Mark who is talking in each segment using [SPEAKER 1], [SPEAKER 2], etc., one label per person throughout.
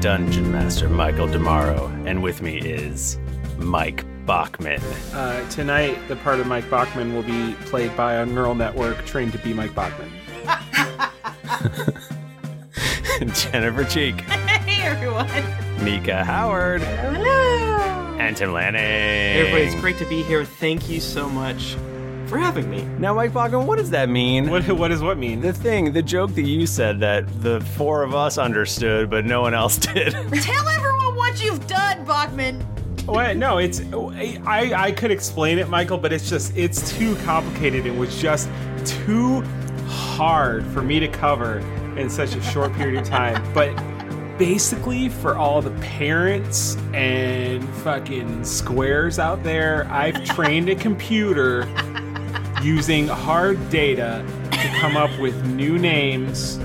[SPEAKER 1] Dungeon Master Michael Demaro, and with me is Mike Bachman.
[SPEAKER 2] Uh, tonight, the part of Mike Bachman will be played by a neural network trained to be Mike Bachman.
[SPEAKER 1] Jennifer Cheek,
[SPEAKER 3] Hey everyone.
[SPEAKER 1] Mika Howard,
[SPEAKER 3] Hello.
[SPEAKER 1] and Tim Lanning.
[SPEAKER 4] Everybody, it's great to be here. Thank you so much for having me.
[SPEAKER 1] Now, Mike Bachman, what does that mean?
[SPEAKER 2] What, what does what mean?
[SPEAKER 1] The thing, the joke that you said that the four of us understood, but no one else did.
[SPEAKER 3] Tell everyone what you've done, Bachman.
[SPEAKER 2] Wait, no, it's I, I could explain it, Michael, but it's just it's too complicated. It was just too hard for me to cover in such a short period of time. But basically, for all the parents and fucking squares out there, I've trained a computer using hard data to come up with new names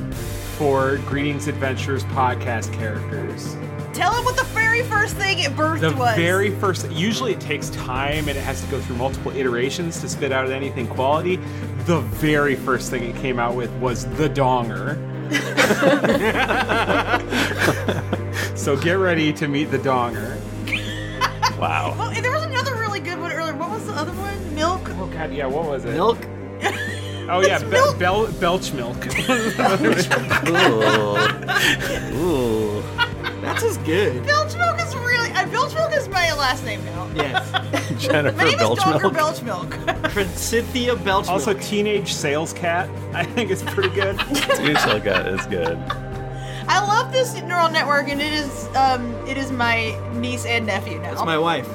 [SPEAKER 2] for Greetings Adventures podcast characters.
[SPEAKER 3] Tell them what the very first thing it birthed
[SPEAKER 2] The
[SPEAKER 3] was.
[SPEAKER 2] very first, usually it takes time and it has to go through multiple iterations to spit out anything quality. The very first thing it came out with was the donger. so get ready to meet the donger.
[SPEAKER 1] Wow.
[SPEAKER 3] Oh, and there was another really good one earlier. What was the other one? Milk.
[SPEAKER 2] Oh god, yeah, what was it?
[SPEAKER 4] Milk.
[SPEAKER 2] Oh yeah, be-
[SPEAKER 3] milk.
[SPEAKER 2] Bel- belch milk.
[SPEAKER 1] Ooh. Ooh.
[SPEAKER 4] That's as good.
[SPEAKER 3] Belch milk is really. Uh, Belch milk is my last name now.
[SPEAKER 4] Yes.
[SPEAKER 3] My
[SPEAKER 1] Jennifer
[SPEAKER 3] name is Dogger
[SPEAKER 1] Belchmilk.
[SPEAKER 3] Belch Milk.
[SPEAKER 4] Princithia Belch.
[SPEAKER 2] also,
[SPEAKER 4] Milk.
[SPEAKER 2] teenage sales cat. I think it's pretty good.
[SPEAKER 1] Dude, so good. It's good.
[SPEAKER 3] I love this neural network, and it is um, it is my niece and nephew now.
[SPEAKER 4] That's my wife.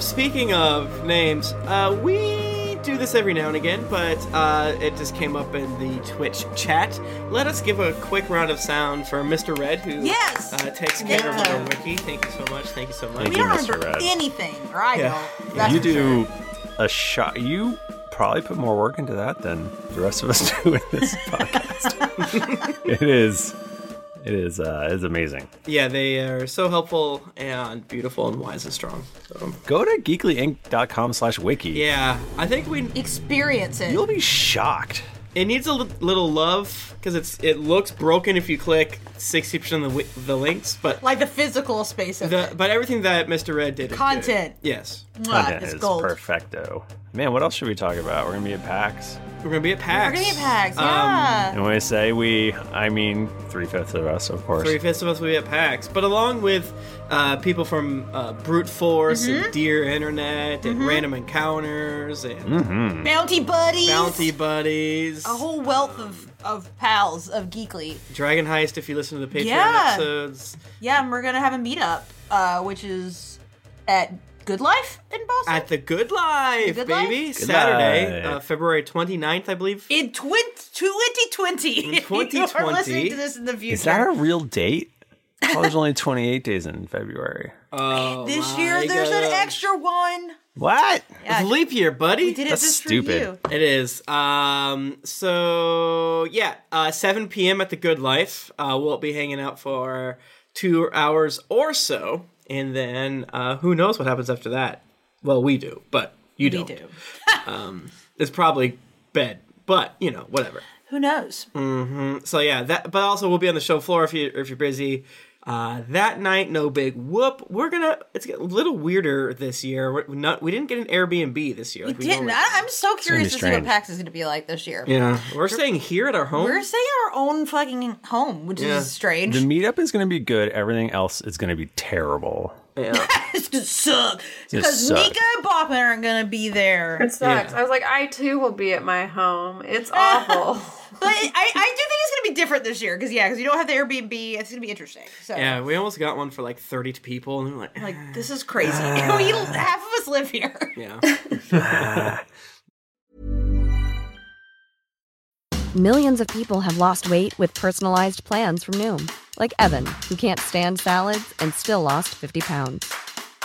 [SPEAKER 4] Speaking of names, uh, we do this every now and again, but uh, it just came up in the Twitch chat. Let us give a quick round of sound for Mr. Red, who
[SPEAKER 3] Yes.
[SPEAKER 4] uh, takes care of
[SPEAKER 3] Yeah.
[SPEAKER 4] our wiki. Thank you so much. Thank you so much.
[SPEAKER 3] we
[SPEAKER 1] you,
[SPEAKER 3] don't
[SPEAKER 1] Mr.
[SPEAKER 3] remember
[SPEAKER 1] Red.
[SPEAKER 3] anything, or I
[SPEAKER 4] Yeah.
[SPEAKER 3] don't. That's
[SPEAKER 1] you
[SPEAKER 3] for
[SPEAKER 1] do
[SPEAKER 3] sure.
[SPEAKER 1] a shot. You probably put more work into that than the rest of us do in this podcast. it is. It is. Uh, it's amazing.
[SPEAKER 4] Yeah, they are so helpful and beautiful and wise and strong. So,
[SPEAKER 1] Go to geeklyinc.com/wiki.
[SPEAKER 4] yeah, I think we
[SPEAKER 3] experience it.
[SPEAKER 1] You'll be shocked.
[SPEAKER 4] It needs a l- little love because it's it looks broken if you click sixty percent of the, wi- the links, but
[SPEAKER 3] like the physical space of
[SPEAKER 4] the but everything that Mr. Red did is good.
[SPEAKER 3] Content.
[SPEAKER 4] Yes,
[SPEAKER 3] it. Mwah,
[SPEAKER 1] Content
[SPEAKER 3] it's
[SPEAKER 1] is
[SPEAKER 3] gold.
[SPEAKER 1] perfecto. Man, what else should we talk about? We're gonna be at PAX,
[SPEAKER 4] we're gonna be at PAX.
[SPEAKER 3] We're gonna get packs.
[SPEAKER 4] Um,
[SPEAKER 3] Yeah.
[SPEAKER 1] and when I say we, I mean three fifths of us, of course.
[SPEAKER 4] Three fifths of us will be at PAX, but along with uh, people from uh, Brute Force
[SPEAKER 3] Mm-hmm.
[SPEAKER 4] and Dear Internet and Random Encounters and
[SPEAKER 3] Bounty buddies.
[SPEAKER 4] Bounty Buddies,
[SPEAKER 3] A whole wealth of, of pals of Geekly.
[SPEAKER 4] Dragon Heist. If you listen to the Patreon
[SPEAKER 3] Yeah.
[SPEAKER 4] episodes,
[SPEAKER 3] Yeah, and we're gonna have a meetup, uh, which is at Good Life in Boston.
[SPEAKER 4] at the Good Life,
[SPEAKER 3] The Good Life?
[SPEAKER 4] baby,
[SPEAKER 3] Good
[SPEAKER 4] Saturday,
[SPEAKER 1] Life.
[SPEAKER 4] Uh, February 29th, I believe.
[SPEAKER 3] in twin- 2020.
[SPEAKER 4] In 2020.
[SPEAKER 3] you are listening to this in the future.
[SPEAKER 1] is that a real date? Well, there's only 28 days in February.
[SPEAKER 4] Oh,
[SPEAKER 3] this
[SPEAKER 4] my
[SPEAKER 3] year there's
[SPEAKER 4] gosh.
[SPEAKER 3] an extra one.
[SPEAKER 1] What?
[SPEAKER 3] Yeah,
[SPEAKER 4] It's leap year, buddy.
[SPEAKER 3] we did it
[SPEAKER 1] That's
[SPEAKER 3] just
[SPEAKER 1] stupid.
[SPEAKER 3] for you.
[SPEAKER 4] It is. Um, so yeah, uh, 7 p.m. at the Good Life. Uh, we'll be hanging out for two hours or so, and then uh, who knows what happens after that? Well, we do, but you
[SPEAKER 3] We
[SPEAKER 4] don't. Um,
[SPEAKER 3] do.
[SPEAKER 4] It's probably bed, but you know, whatever.
[SPEAKER 3] Who knows?
[SPEAKER 4] Mm-hmm. So yeah, that. But also, we'll be on the show floor if you if you're busy. Uh, that night, no big whoop. We're gonna. It's a little weirder this year. We're not. We didn't get an Airbnb this year. like
[SPEAKER 3] we didn't.
[SPEAKER 4] normally-
[SPEAKER 3] I, I'm so curious to see what
[SPEAKER 1] strange.
[SPEAKER 3] PAX is gonna be like this year.
[SPEAKER 4] Yeah, we're staying here at our home.
[SPEAKER 3] We're staying in our own fucking home, which
[SPEAKER 4] Yeah.
[SPEAKER 3] is strange.
[SPEAKER 1] The meetup is going to be good. Everything else is going to be terrible.
[SPEAKER 4] Yeah.
[SPEAKER 3] It's gonna suck because
[SPEAKER 1] suck.
[SPEAKER 3] Mika and Bachman aren't gonna be there.
[SPEAKER 5] It sucks.
[SPEAKER 4] Yeah.
[SPEAKER 5] I was like, I too will be at my home. It's awful.
[SPEAKER 3] But I, I do think it's gonna be different this year because yeah, because you don't have the Airbnb. It's gonna be interesting. So
[SPEAKER 4] Yeah, we almost got one for like 30 people, and we are like,
[SPEAKER 3] like this is crazy. we half of us live here.
[SPEAKER 4] yeah.
[SPEAKER 6] Millions of people have lost weight with personalized plans from Noom, like Evan, who can't stand salads and still lost 50 pounds.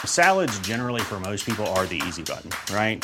[SPEAKER 7] Salads, generally, for most people, are the easy button, right?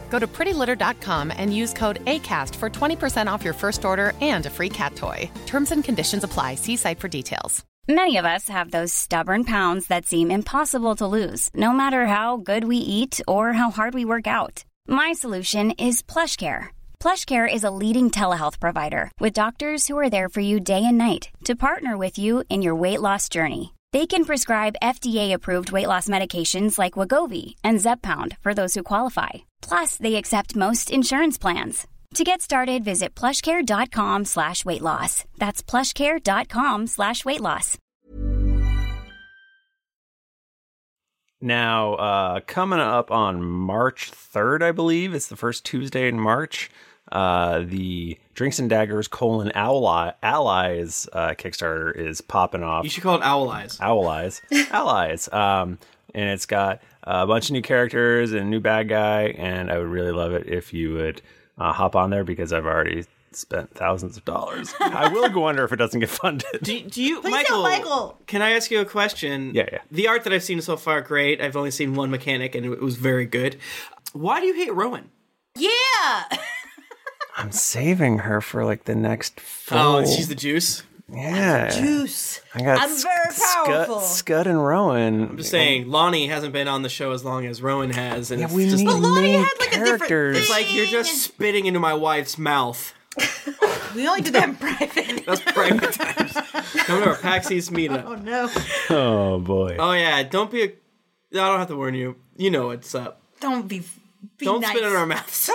[SPEAKER 8] Go to prettylitter.com and use code ACAST for 20% off your first order and a free cat toy. Terms and conditions apply. See site for details.
[SPEAKER 9] Many of us have those stubborn pounds that seem impossible to lose, no matter how good we eat or how hard we work out. My solution is PlushCare. PlushCare is a leading telehealth provider with doctors who are there for you day and night to partner with you in your weight loss journey. They can prescribe FDA-approved weight loss medications like Wagovi and Zepbound for those who qualify. Plus, they accept most insurance plans. To get started, visit plushcare.com slash weight loss. That's plushcare.com slash weight loss.
[SPEAKER 1] Now, uh, coming up on March 3rd, I believe, it's the first Tuesday in March, uh, the Drinks and Daggers colon Owl Eye- Allies uh, Kickstarter is popping off.
[SPEAKER 4] You should call it Owl Eyes.
[SPEAKER 1] Owl Eyes. Allies. Um, and it's got a bunch of new characters and a new bad guy, and I would really love it if you would uh, hop on there because I've already spent thousands of dollars. I will go under if it doesn't get funded.
[SPEAKER 4] Do, do you,
[SPEAKER 3] Please
[SPEAKER 4] Michael,
[SPEAKER 3] tell Michael.
[SPEAKER 4] Can I ask you a question?
[SPEAKER 1] Yeah, yeah.
[SPEAKER 4] The art that I've seen so far, great. I've only seen one mechanic, and it was very good. Why do you hate Rowan?
[SPEAKER 3] Yeah.
[SPEAKER 1] I'm saving her for like the next full.
[SPEAKER 4] Oh, she's the juice.
[SPEAKER 1] yeah.
[SPEAKER 3] Juice.
[SPEAKER 1] I got
[SPEAKER 3] I'm
[SPEAKER 1] Sc-
[SPEAKER 3] very
[SPEAKER 1] Scud-
[SPEAKER 3] powerful.
[SPEAKER 1] Scud and Rowan. I'm
[SPEAKER 4] Just saying, Lonnie hasn't been on the show as long as Rowan has, and
[SPEAKER 1] Yeah,
[SPEAKER 4] it's
[SPEAKER 1] we
[SPEAKER 4] just
[SPEAKER 1] need
[SPEAKER 3] But Lonnie
[SPEAKER 1] new
[SPEAKER 3] had, like, a different
[SPEAKER 1] characters.
[SPEAKER 4] it's like you're just spitting into my wife's mouth.
[SPEAKER 3] We only do that in private.
[SPEAKER 4] That's private times. Come to our PAX East meetup.
[SPEAKER 3] Oh no.
[SPEAKER 1] oh boy.
[SPEAKER 4] Oh yeah, don't be a. I don't have to warn you. You know what's up.
[SPEAKER 3] Don't be. be
[SPEAKER 4] Don't
[SPEAKER 3] nice.
[SPEAKER 4] spit in our mouths.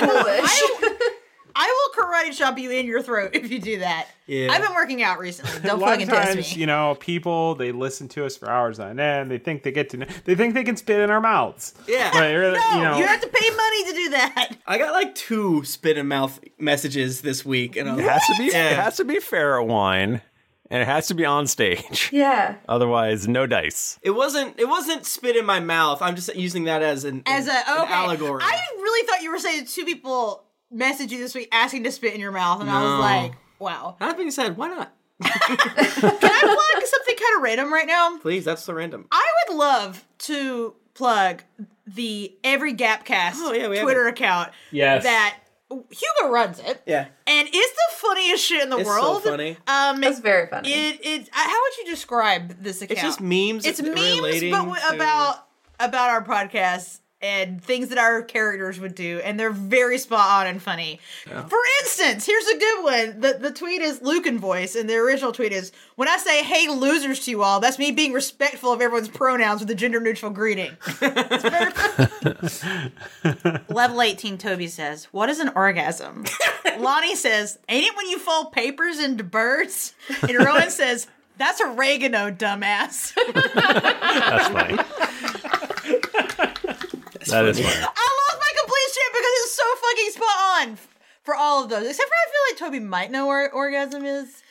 [SPEAKER 3] I will, I will karate chop you in your throat if you do that.
[SPEAKER 4] Yeah.
[SPEAKER 3] I've been working out recently.
[SPEAKER 2] A
[SPEAKER 3] Don't
[SPEAKER 2] lot
[SPEAKER 3] fucking
[SPEAKER 2] of
[SPEAKER 3] test
[SPEAKER 2] times,
[SPEAKER 3] me.
[SPEAKER 2] you know, people they listen to us for hours on end. They think they get to, kn- they think they can spit in our mouths.
[SPEAKER 4] Yeah.
[SPEAKER 2] but really,
[SPEAKER 3] no,
[SPEAKER 2] you know,
[SPEAKER 3] you have to pay money to do that.
[SPEAKER 4] I got like two spit in mouth messages this week, and I was
[SPEAKER 1] It has to be. It
[SPEAKER 4] Yeah.
[SPEAKER 1] has to be ferret wine, and it has to be on stage.
[SPEAKER 5] Yeah.
[SPEAKER 1] Otherwise, no dice.
[SPEAKER 4] It wasn't. It wasn't spit in my mouth. I'm just using that as an
[SPEAKER 3] As a
[SPEAKER 4] an
[SPEAKER 3] okay,
[SPEAKER 4] allegory.
[SPEAKER 3] I really thought you were saying two people messaged you this week asking to spit in your mouth, and I was like, wow.
[SPEAKER 4] That being said, why not?
[SPEAKER 3] Can I plug something kind of random right now?
[SPEAKER 4] Please, that's so random.
[SPEAKER 3] I would love to plug the Every Gapcast
[SPEAKER 4] Oh, yeah, we have
[SPEAKER 3] Twitter
[SPEAKER 4] it.
[SPEAKER 3] account.
[SPEAKER 2] Yes.
[SPEAKER 3] That Hugo runs it.
[SPEAKER 4] Yeah.
[SPEAKER 3] And it's the funniest shit in the
[SPEAKER 4] It's so
[SPEAKER 3] world.
[SPEAKER 4] funny.
[SPEAKER 3] Um,
[SPEAKER 5] That's very funny.
[SPEAKER 3] It it. I- How would you describe this account?
[SPEAKER 4] It's just memes.
[SPEAKER 3] It's
[SPEAKER 4] that-
[SPEAKER 3] memes,
[SPEAKER 4] relating
[SPEAKER 3] but w-
[SPEAKER 4] to-
[SPEAKER 3] about about our podcast and things that our characters would do, and they're very spot on and funny. For instance, here's a good one. the The tweet is Lucan voice, and the original tweet is when I say "Hey losers" to you all. That's me being respectful of everyone's pronouns with a gender neutral greeting. It's very Level 18 Toby says, What is an orgasm? Lonnie says, Ain't it when you fold papers into birds? And Rowan says, That's oregano, dumbass.
[SPEAKER 1] That's funny. That is funny.
[SPEAKER 3] I lost my complete shit because it's so fucking spot on f- for all of those. Except for I feel like Toby might know where orgasm is.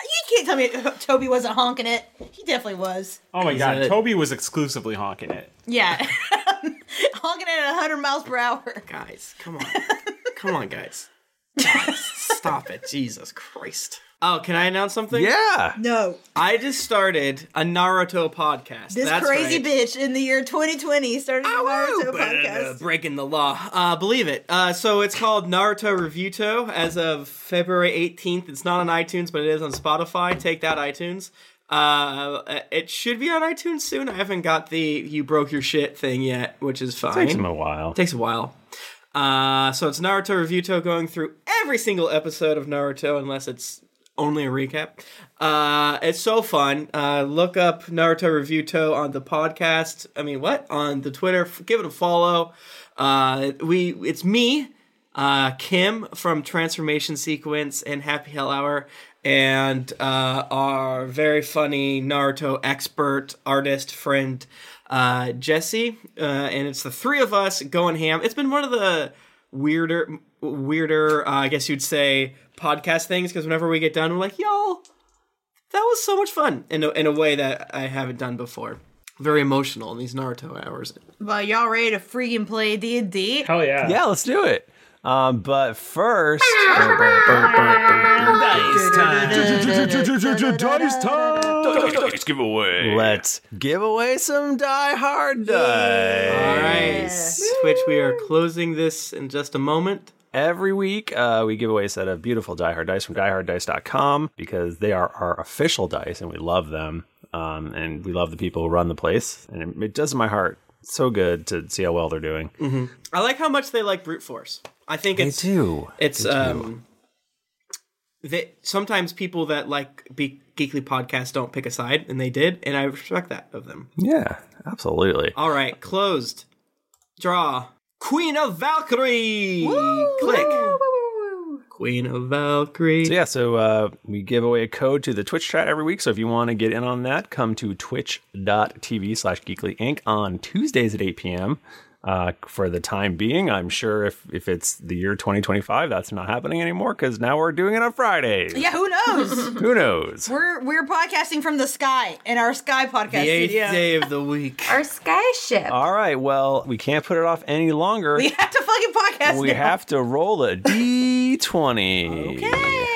[SPEAKER 3] You can't tell me Toby wasn't honking it. He definitely was.
[SPEAKER 2] oh my god,
[SPEAKER 4] it-
[SPEAKER 2] Toby was exclusively honking it.
[SPEAKER 3] Yeah. honking it at 100 miles per hour.
[SPEAKER 4] guys. Come on, come on, guys. Guys, Stop it, Jesus Christ. Oh, can I announce something?
[SPEAKER 1] Yeah.
[SPEAKER 3] No.
[SPEAKER 4] I just started a Naruto podcast.
[SPEAKER 3] This
[SPEAKER 4] That's
[SPEAKER 3] crazy
[SPEAKER 4] right.
[SPEAKER 3] bitch in the year 2020 started a Naruto
[SPEAKER 4] Uh,
[SPEAKER 3] podcast.
[SPEAKER 4] breaking the law. Uh, believe it. Uh, so it's called Naruto Revuto as of February 18th. It's not on iTunes, but it is on Spotify. Take that, iTunes. Uh, it should be on iTunes soon. I haven't got the you broke your shit thing yet, which is fine.
[SPEAKER 1] Takes him a while.
[SPEAKER 4] Takes a while. Uh, so it's Naruto Revuto going through every single episode of Naruto, unless it's only a recap. Uh, it's so fun. Uh, look up Naruto Review Toe on the podcast. I mean, what on the Twitter? F- Give it a follow. Uh, we it's me, uh, Kim from Transformation Sequence and Happy Hell Hour, and uh, our very funny Naruto expert artist friend uh, Jesse. Uh, and it's the three of us going ham. It's been one of the weirder weirder uh, i guess you'd say podcast things because whenever we get done we're like y'all that was so much fun in a, in a way that i haven't done before very emotional in these naruto hours
[SPEAKER 3] Well, y'all ready to freaking play D and D?
[SPEAKER 1] Hell yeah. Yeah, let's do it. Um, but first,
[SPEAKER 2] Dice time.
[SPEAKER 1] let's give away. Let's give away some Die Hard dice.
[SPEAKER 4] All right, which we are closing this in just a moment.
[SPEAKER 1] Every week, uh, we give away a set of beautiful Die Hard dice from dieharddice.com because they are our official dice and we love them. Um, and we love the people who run the place. And it, it does my heart so good to see how well they're doing.
[SPEAKER 4] i like how much they like brute force i think
[SPEAKER 1] They
[SPEAKER 4] it's
[SPEAKER 1] do.
[SPEAKER 4] it's
[SPEAKER 1] They do.
[SPEAKER 4] um that sometimes people that like be geekly podcasts don't pick a side and they did and i respect that of them
[SPEAKER 1] Yeah, absolutely.
[SPEAKER 4] All right, closed. Draw. Queen of Valkyrie. Click. Queen of Valkyrie.
[SPEAKER 1] So yeah, so uh, we give away a code to the Twitch chat every week. So if you want to get in on that, come to twitch.tv slash geekly inc on Tuesdays at 8 p.m. Uh, for the time being, I'm sure if, if it's the year 2025, that's not happening anymore because now we're doing it on Fridays.
[SPEAKER 3] Yeah, who knows?
[SPEAKER 1] Who knows?
[SPEAKER 3] we're we're podcasting from the sky in our sky podcast
[SPEAKER 1] The eighth
[SPEAKER 3] studio.
[SPEAKER 1] day of the week.
[SPEAKER 3] Our sky ship.
[SPEAKER 1] All right, well, we can't put it off any longer.
[SPEAKER 3] We have to fucking podcast.
[SPEAKER 1] We
[SPEAKER 3] now.
[SPEAKER 1] have to roll a d20. Okay.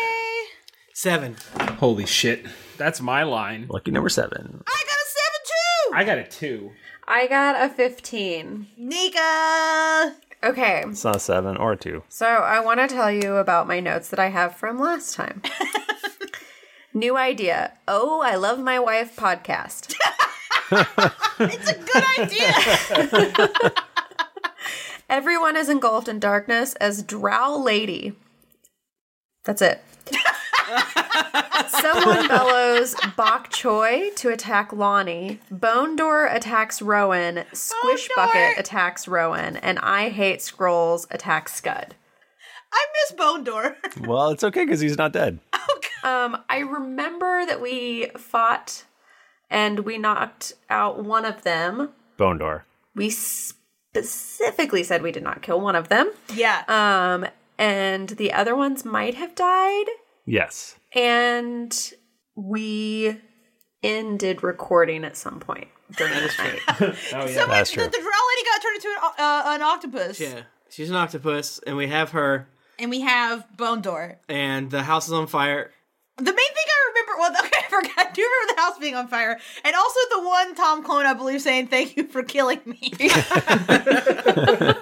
[SPEAKER 4] Seven.
[SPEAKER 2] Holy shit. That's my line.
[SPEAKER 1] Lucky number seven.
[SPEAKER 2] I got a two.
[SPEAKER 10] I got a 15.
[SPEAKER 3] Nika!
[SPEAKER 10] Okay,
[SPEAKER 1] It's not a seven or a two.
[SPEAKER 10] so I want to tell you about my notes that I have from last time. New idea. Oh, I love my wife podcast. Everyone is engulfed in darkness as Drow Lady. That's it. Someone bellows bok choy to attack Lonnie. Bone door attacks Rowan. Squish bucket attacks Rowan. And I hate scrolls attacks Scud.
[SPEAKER 3] I miss Bone Door.
[SPEAKER 1] Well, it's okay because he's not dead.
[SPEAKER 10] Um, I remember that we fought and we knocked out one of them.
[SPEAKER 1] Bone door.
[SPEAKER 10] We specifically said we did not kill one of them.
[SPEAKER 3] Yeah.
[SPEAKER 10] Um, and the other ones might have died.
[SPEAKER 1] Yes.
[SPEAKER 10] And we ended recording at some point during the night.
[SPEAKER 4] Oh,
[SPEAKER 3] So much that the drow lady got turned into an, o- uh, an octopus.
[SPEAKER 4] yeah. She's an octopus, and we have her,
[SPEAKER 3] And we have Bone Door.
[SPEAKER 4] and the house is on fire.
[SPEAKER 3] The main thing I remember, well, okay, I forgot. I do remember the house being on fire, and also the one Tom clone, I believe, saying "Thank you for killing me."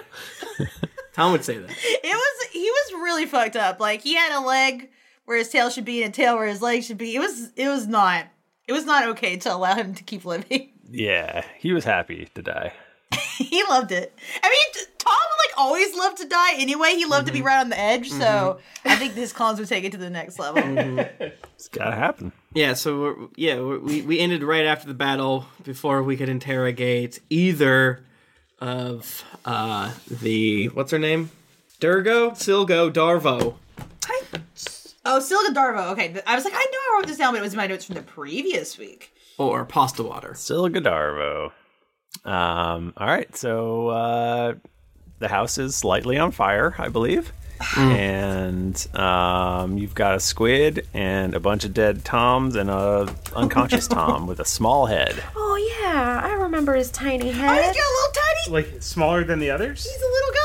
[SPEAKER 4] Tom would say that.
[SPEAKER 3] it was he was really fucked up. Like he had a leg where his tail should be, and a tail where his leg should be. It was it was not it was not okay to allow him to keep living.
[SPEAKER 1] Yeah, he was happy to die.
[SPEAKER 3] he loved it. I mean, t- Tom like always loved to die anyway. He loved to be right on the edge. So I think his clones would take it to the next level.
[SPEAKER 1] It's gotta happen.
[SPEAKER 4] Yeah, so we're, yeah, we're, we we ended right after the battle before we could interrogate either of uh the what's her name, Durgo, Silgo, Darvo.
[SPEAKER 3] Oh, Silga Darvo. Okay, th- I was like, I know I wrote this down, but it was in my notes from the previous week.
[SPEAKER 4] or pasta water.
[SPEAKER 1] Still Godarvo. Um, all right, so uh, the house is slightly on fire, I believe. and um, you've got a squid and a bunch of dead toms and a unconscious tom with a small head.
[SPEAKER 10] oh yeah, I remember his tiny head.
[SPEAKER 3] Oh, he's got a little tiny.
[SPEAKER 2] Like smaller than the others?
[SPEAKER 3] He's a little guy.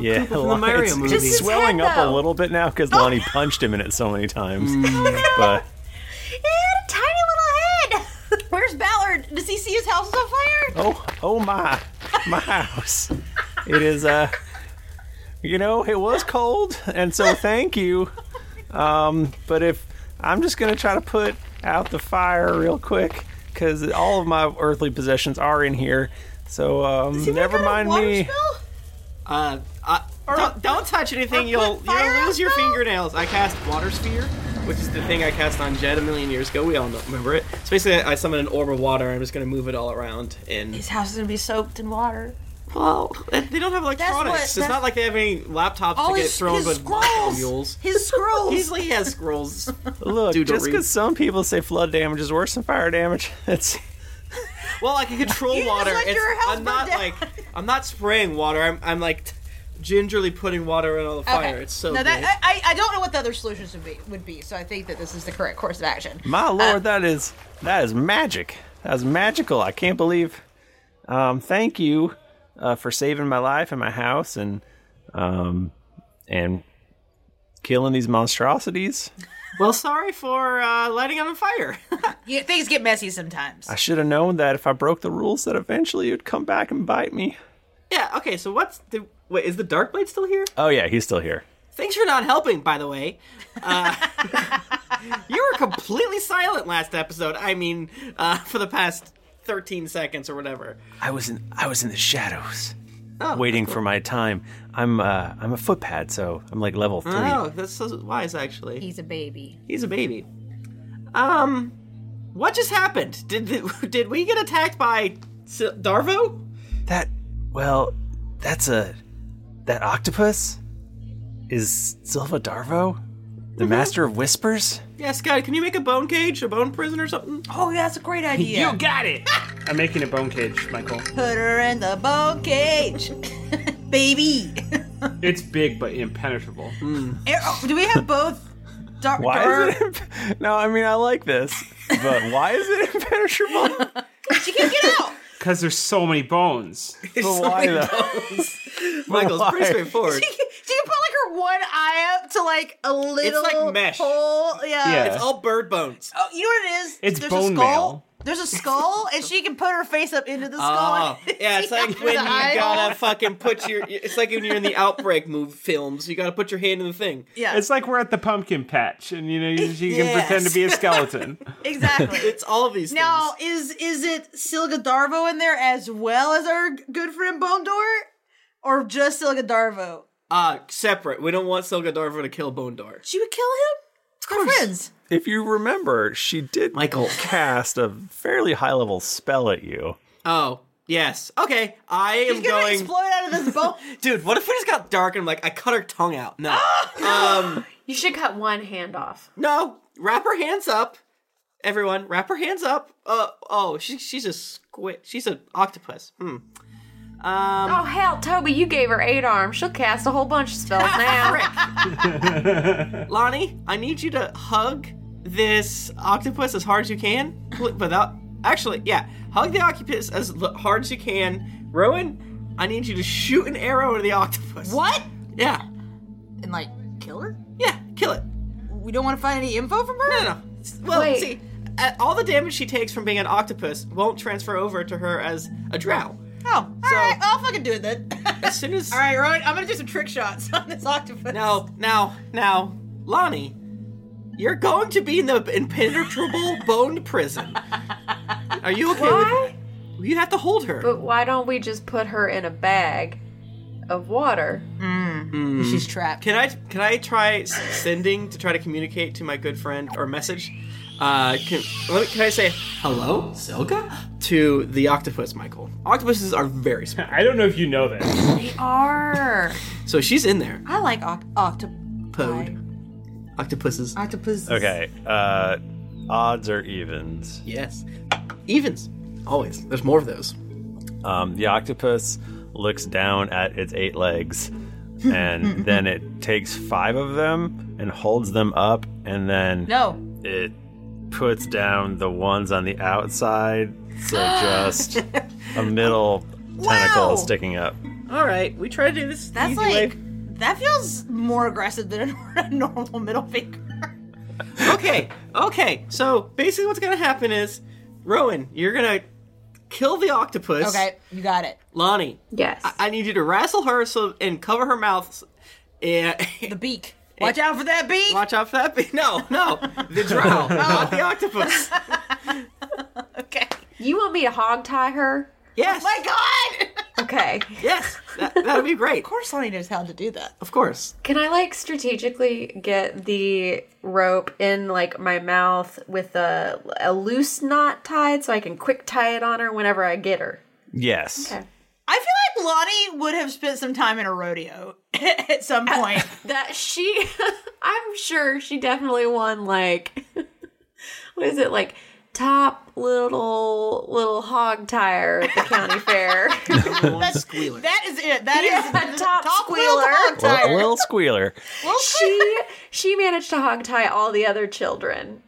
[SPEAKER 1] Yeah,
[SPEAKER 2] from the Mario
[SPEAKER 1] it's,
[SPEAKER 2] movie.
[SPEAKER 1] it's
[SPEAKER 2] Just his
[SPEAKER 1] swelling
[SPEAKER 10] head,
[SPEAKER 1] up a
[SPEAKER 10] though.
[SPEAKER 1] little bit now because Lonnie punched him in it so many times. but
[SPEAKER 3] He had a tiny little head. Where's Ballard? Does he see his house is on fire?
[SPEAKER 1] Oh, oh my, my house. It is, uh, you know, it was cold, and so thank you. Um, but if I'm just gonna try to put out the fire real quick, because all of my earthly possessions are in here. So um, never mind me.
[SPEAKER 4] Uh, uh don't, don't touch anything. You'll you'll lose your fingernails. I cast water sphere. which is the thing I cast on Jed a million years ago. We all know, remember it. So basically, I summon an orb of water. I'm just going to move it all around. And
[SPEAKER 3] His house is gonna be soaked in water.
[SPEAKER 4] well, they don't have electronics.
[SPEAKER 3] what-
[SPEAKER 4] it's
[SPEAKER 3] that's-
[SPEAKER 4] not like they have any laptops
[SPEAKER 3] All
[SPEAKER 4] to get
[SPEAKER 3] his-
[SPEAKER 4] thrown
[SPEAKER 3] his
[SPEAKER 4] with
[SPEAKER 3] scrolls!
[SPEAKER 4] mules.
[SPEAKER 3] His scrolls.
[SPEAKER 4] Easily he has scrolls.
[SPEAKER 1] Look,
[SPEAKER 4] Dude,
[SPEAKER 1] just
[SPEAKER 4] don't read.
[SPEAKER 1] because some people say flood damage is worse than fire damage, it's
[SPEAKER 4] Well, I can control
[SPEAKER 3] just
[SPEAKER 4] water.
[SPEAKER 3] let
[SPEAKER 4] It's-
[SPEAKER 3] your house
[SPEAKER 4] I'm
[SPEAKER 3] burn
[SPEAKER 4] not
[SPEAKER 3] down.
[SPEAKER 4] like I'm not spraying water. I'm, I'm like t- gingerly putting water in all the fire. It's so
[SPEAKER 3] now
[SPEAKER 4] good.
[SPEAKER 3] that uh, I, I I don't know what the other solutions would be would be, so I think that this is the correct course of action.
[SPEAKER 1] my lord, that is that is magic. That is magical. I can't believe. Um, thank you uh, for saving my life and my house and um, and killing these monstrosities.
[SPEAKER 4] well, sorry for uh, lighting on fire.
[SPEAKER 3] Yeah, things get messy sometimes.
[SPEAKER 1] I should have known that if I broke the rules, that eventually it would come back and bite me.
[SPEAKER 4] yeah. Okay. So what's the wait? Is the dark blade still here?
[SPEAKER 1] Oh yeah, he's still here.
[SPEAKER 4] Thanks for not helping, by the way. Uh, you were completely silent last episode. I mean, uh, for the past 13 seconds or whatever.
[SPEAKER 1] I was in I was in the shadows,
[SPEAKER 4] Oh.
[SPEAKER 1] waiting for my time. I'm uh, I'm a footpad, so I'm like level three.
[SPEAKER 4] Oh, that's so wise, actually.
[SPEAKER 3] He's a baby.
[SPEAKER 4] He's a baby. Um, what just happened? Did the, did we get attacked by S- Darvo?
[SPEAKER 1] That well, that's a that octopus is Silva Darvo, the master of whispers.
[SPEAKER 4] Yeah, Scott, can you make a bone cage, a bone prison, or something?
[SPEAKER 3] Oh, yeah, that's a great idea.
[SPEAKER 2] You got it. I'm making a bone cage, Michael.
[SPEAKER 3] Put her in the bone cage, baby.
[SPEAKER 2] It's big but impenetrable.
[SPEAKER 3] Eh, oh, Do we have both? Dar-
[SPEAKER 1] Hmm. Why
[SPEAKER 3] dar-
[SPEAKER 1] is it? imp- no, I mean I like this, but why is it impenetrable?
[SPEAKER 3] She can't get out.
[SPEAKER 2] Because there's so many bones.
[SPEAKER 1] But why though?
[SPEAKER 4] Michael, it's pretty
[SPEAKER 1] Why?
[SPEAKER 4] straightforward.
[SPEAKER 3] She can, she can put like her one eye up to like a little
[SPEAKER 4] like mesh.
[SPEAKER 3] hole. Yeah.
[SPEAKER 2] Yeah.
[SPEAKER 4] It's all bird bones.
[SPEAKER 3] Oh, you know what it is?
[SPEAKER 2] It's
[SPEAKER 3] There's
[SPEAKER 2] bone
[SPEAKER 3] a skull.
[SPEAKER 2] mail.
[SPEAKER 3] There's a skull, and she can put her face up into the skull.
[SPEAKER 4] Oh, yeah, it's like
[SPEAKER 3] After
[SPEAKER 4] when you
[SPEAKER 3] the eye
[SPEAKER 4] gotta
[SPEAKER 3] hole.
[SPEAKER 4] fucking put your. It's like when you're in the outbreak move films. You gotta put your hand in the thing.
[SPEAKER 3] yeah,
[SPEAKER 2] It's like we're at the pumpkin patch, and you know you, you can
[SPEAKER 4] Yes.
[SPEAKER 2] pretend to be a skeleton.
[SPEAKER 3] exactly.
[SPEAKER 4] It's all of these
[SPEAKER 3] now,
[SPEAKER 4] things.
[SPEAKER 3] is is it Silga Darvo in there as well as our good friend Bone Door, or just Silga Darvo?
[SPEAKER 4] Uh, separate. We don't want Silga Darvo to kill Bone Door.
[SPEAKER 3] She would kill him. Of We're friends.
[SPEAKER 1] If you remember, she did
[SPEAKER 4] Michael.
[SPEAKER 1] cast a fairly high level spell at you.
[SPEAKER 4] Oh, yes. Okay, I am
[SPEAKER 3] She's gonna
[SPEAKER 4] going.
[SPEAKER 3] explode out of this bone.
[SPEAKER 4] Dude, what if we just got dark and I'm like I cut her tongue out? No.
[SPEAKER 3] Ah!
[SPEAKER 4] um,
[SPEAKER 5] You should cut one hand off.
[SPEAKER 4] no. Wrap her hands up. Everyone, wrap her hands up. Uh, oh, she, she's a squid. She's an octopus. Hmm. Um,
[SPEAKER 5] oh hell, Toby, you gave her eight arms. She'll cast a whole bunch of spells now.
[SPEAKER 4] Lonnie, I need you to hug this octopus as hard as you can pl- without. Actually, yeah, hug the octopus as l- hard as you can. Rowan, I need you to shoot an arrow at the octopus.
[SPEAKER 3] what?
[SPEAKER 4] Yeah,
[SPEAKER 3] And like kill her?
[SPEAKER 4] yeah, kill it.
[SPEAKER 3] We don't want to find any info from her.
[SPEAKER 4] No, no, no. Well,
[SPEAKER 5] Wait.
[SPEAKER 4] see, uh, all the damage she takes from being an octopus won't transfer over to her as a drow.
[SPEAKER 3] Oh, all right, I'll fucking do it then.
[SPEAKER 4] As soon as
[SPEAKER 3] all right, Rowan, I'm gonna do some trick shots on this octopus.
[SPEAKER 4] now, now, now, Lonnie, you're going to be in the impenetrable boned prison. Are you okay?
[SPEAKER 5] Why?
[SPEAKER 4] With, you have to hold her.
[SPEAKER 3] Oh.
[SPEAKER 5] But why don't we just put her in a bag of water?
[SPEAKER 3] Mm.
[SPEAKER 4] Hmm.
[SPEAKER 3] she's trapped.
[SPEAKER 4] Mm. Can I can I try s- sending to try to communicate to my good friend or message? Uh, can let me, can I say hello, Silga, to the octopus, Michael? Octopuses are very smart,
[SPEAKER 2] I don't know if you know that.
[SPEAKER 3] They are.
[SPEAKER 4] so she's in there.
[SPEAKER 3] I like oct- octopus.
[SPEAKER 4] Pode. Octopuses,
[SPEAKER 3] Octopus.
[SPEAKER 1] Okay, uh, odds or evens?
[SPEAKER 4] yes, evens, always. There's more of those.
[SPEAKER 1] Um, the octopus looks down at its eight legs, and then it takes five of them and holds them up, and then
[SPEAKER 3] No.
[SPEAKER 1] it puts down the ones on the outside, so just a middle
[SPEAKER 3] Wow.
[SPEAKER 1] tentacle sticking up.
[SPEAKER 4] All right, we try to do this. the
[SPEAKER 3] That's
[SPEAKER 4] easy
[SPEAKER 3] like.
[SPEAKER 4] way.
[SPEAKER 3] That feels more aggressive than a normal middle finger.
[SPEAKER 4] okay, okay. So basically, what's gonna happen is, Rowan, you're gonna kill the octopus.
[SPEAKER 3] Okay, you got it.
[SPEAKER 4] Lonnie,
[SPEAKER 5] Yes.
[SPEAKER 4] I need you to wrestle her so and cover her mouth. s- And
[SPEAKER 3] The beak. Watch out for that beak.
[SPEAKER 4] watch out for that. Be- no, no, the drow, not the octopus.
[SPEAKER 3] Okay.
[SPEAKER 5] you want me to hog tie her?
[SPEAKER 4] Yes,
[SPEAKER 3] Oh My God.
[SPEAKER 5] Okay.
[SPEAKER 4] yes. That, that'd be great.
[SPEAKER 3] Of course, Lonnie knows how to do that.
[SPEAKER 4] Of course.
[SPEAKER 10] Can I like strategically get the rope in like my mouth with a, a loose knot tied so I can quick tie it on her whenever I get her?
[SPEAKER 1] Yes.
[SPEAKER 10] Okay.
[SPEAKER 3] I feel like Lonnie would have spent some time in a rodeo at some point.
[SPEAKER 10] Uh, That she, I'm sure she definitely won like, what is it like, top little little hog tire at the county fair.
[SPEAKER 4] squealer.
[SPEAKER 3] that is it. That is
[SPEAKER 10] Yeah,
[SPEAKER 3] the
[SPEAKER 10] top
[SPEAKER 3] wheel
[SPEAKER 10] squealer.
[SPEAKER 3] hog
[SPEAKER 1] Well,
[SPEAKER 3] tire.
[SPEAKER 1] a little squealer.
[SPEAKER 10] she she managed to hog tie all the other children.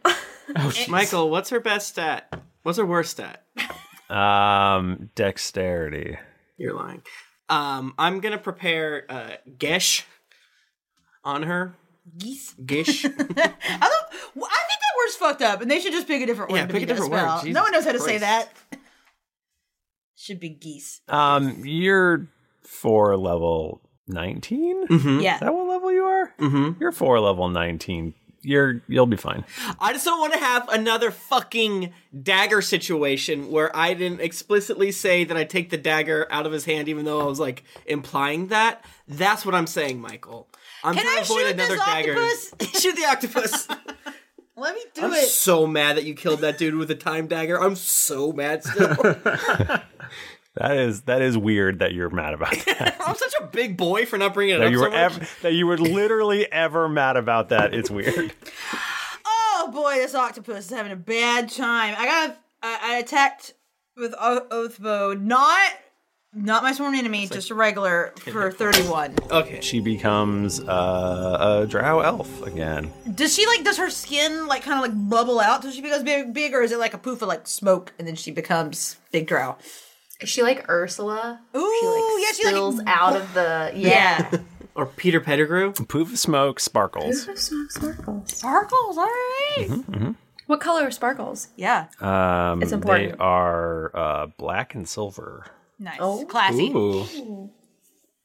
[SPEAKER 4] Oh, Michael, what's her best stat? What's her worst stat?
[SPEAKER 1] Um, dexterity.
[SPEAKER 4] You're lying. Um, I'm gonna prepare uh, Gesh on her.
[SPEAKER 3] Geese.
[SPEAKER 4] Gish.
[SPEAKER 3] I, don't, well, I think that word's fucked up, and they should just pick a different word
[SPEAKER 4] Yeah,
[SPEAKER 3] to
[SPEAKER 4] pick
[SPEAKER 3] be
[SPEAKER 4] a different word.
[SPEAKER 3] that spell.
[SPEAKER 4] Jesus
[SPEAKER 3] No one knows how to say
[SPEAKER 4] Christ.
[SPEAKER 3] that. Should be geese.
[SPEAKER 1] Um, you're four level 19?
[SPEAKER 4] Mm-hmm.
[SPEAKER 1] Is
[SPEAKER 3] Yeah.
[SPEAKER 1] that what level you are? Mm-hmm. You're four level 19. You're you'll be fine.
[SPEAKER 4] I just don't want to have another fucking dagger situation where I didn't explicitly say that I take the dagger out of his hand, even though I was like implying that. That's what I'm saying, Michael. I'm
[SPEAKER 3] Can
[SPEAKER 4] trying
[SPEAKER 3] I
[SPEAKER 4] to avoid
[SPEAKER 3] shoot
[SPEAKER 4] another
[SPEAKER 3] this
[SPEAKER 4] dagger.
[SPEAKER 3] octopus?
[SPEAKER 4] shoot the octopus.
[SPEAKER 3] Let me do
[SPEAKER 4] I'm
[SPEAKER 3] it.
[SPEAKER 4] so mad that you killed that dude with a time dagger. I'm so mad still.
[SPEAKER 1] That is that is weird that you're mad about that.
[SPEAKER 4] I'm such a big boy for not bringing it
[SPEAKER 1] that
[SPEAKER 4] up.
[SPEAKER 1] you
[SPEAKER 4] so
[SPEAKER 1] were
[SPEAKER 4] much.
[SPEAKER 1] ev- that you were literally ever mad about that. It's weird.
[SPEAKER 3] Oh boy, this octopus is having a bad time. I got I, I attacked with o- oathbow, not not my sworn enemy, just a regular for thirty one.
[SPEAKER 4] okay.
[SPEAKER 1] She becomes uh, a drow elf again.
[SPEAKER 3] Does she like? Does her skin like kind of like bubble out till she becomes big, big, or is it like a poof of like smoke and then she becomes big drow?
[SPEAKER 10] Is she like Ursula?
[SPEAKER 3] Ooh,
[SPEAKER 10] she like
[SPEAKER 3] yeah, she like-
[SPEAKER 10] spills out of
[SPEAKER 1] Uh,
[SPEAKER 10] the yeah.
[SPEAKER 3] Yeah,
[SPEAKER 4] Or Peter Pettigrew.
[SPEAKER 1] Poof of smoke sparkles. Mm-hmm.
[SPEAKER 10] sparkles.
[SPEAKER 3] sparkles. All right.
[SPEAKER 10] What color are sparkles?
[SPEAKER 3] Yeah,
[SPEAKER 1] Um,
[SPEAKER 10] It's
[SPEAKER 1] they
[SPEAKER 10] important.
[SPEAKER 1] are uh, black and silver.
[SPEAKER 3] nice, classy.
[SPEAKER 1] Ooh.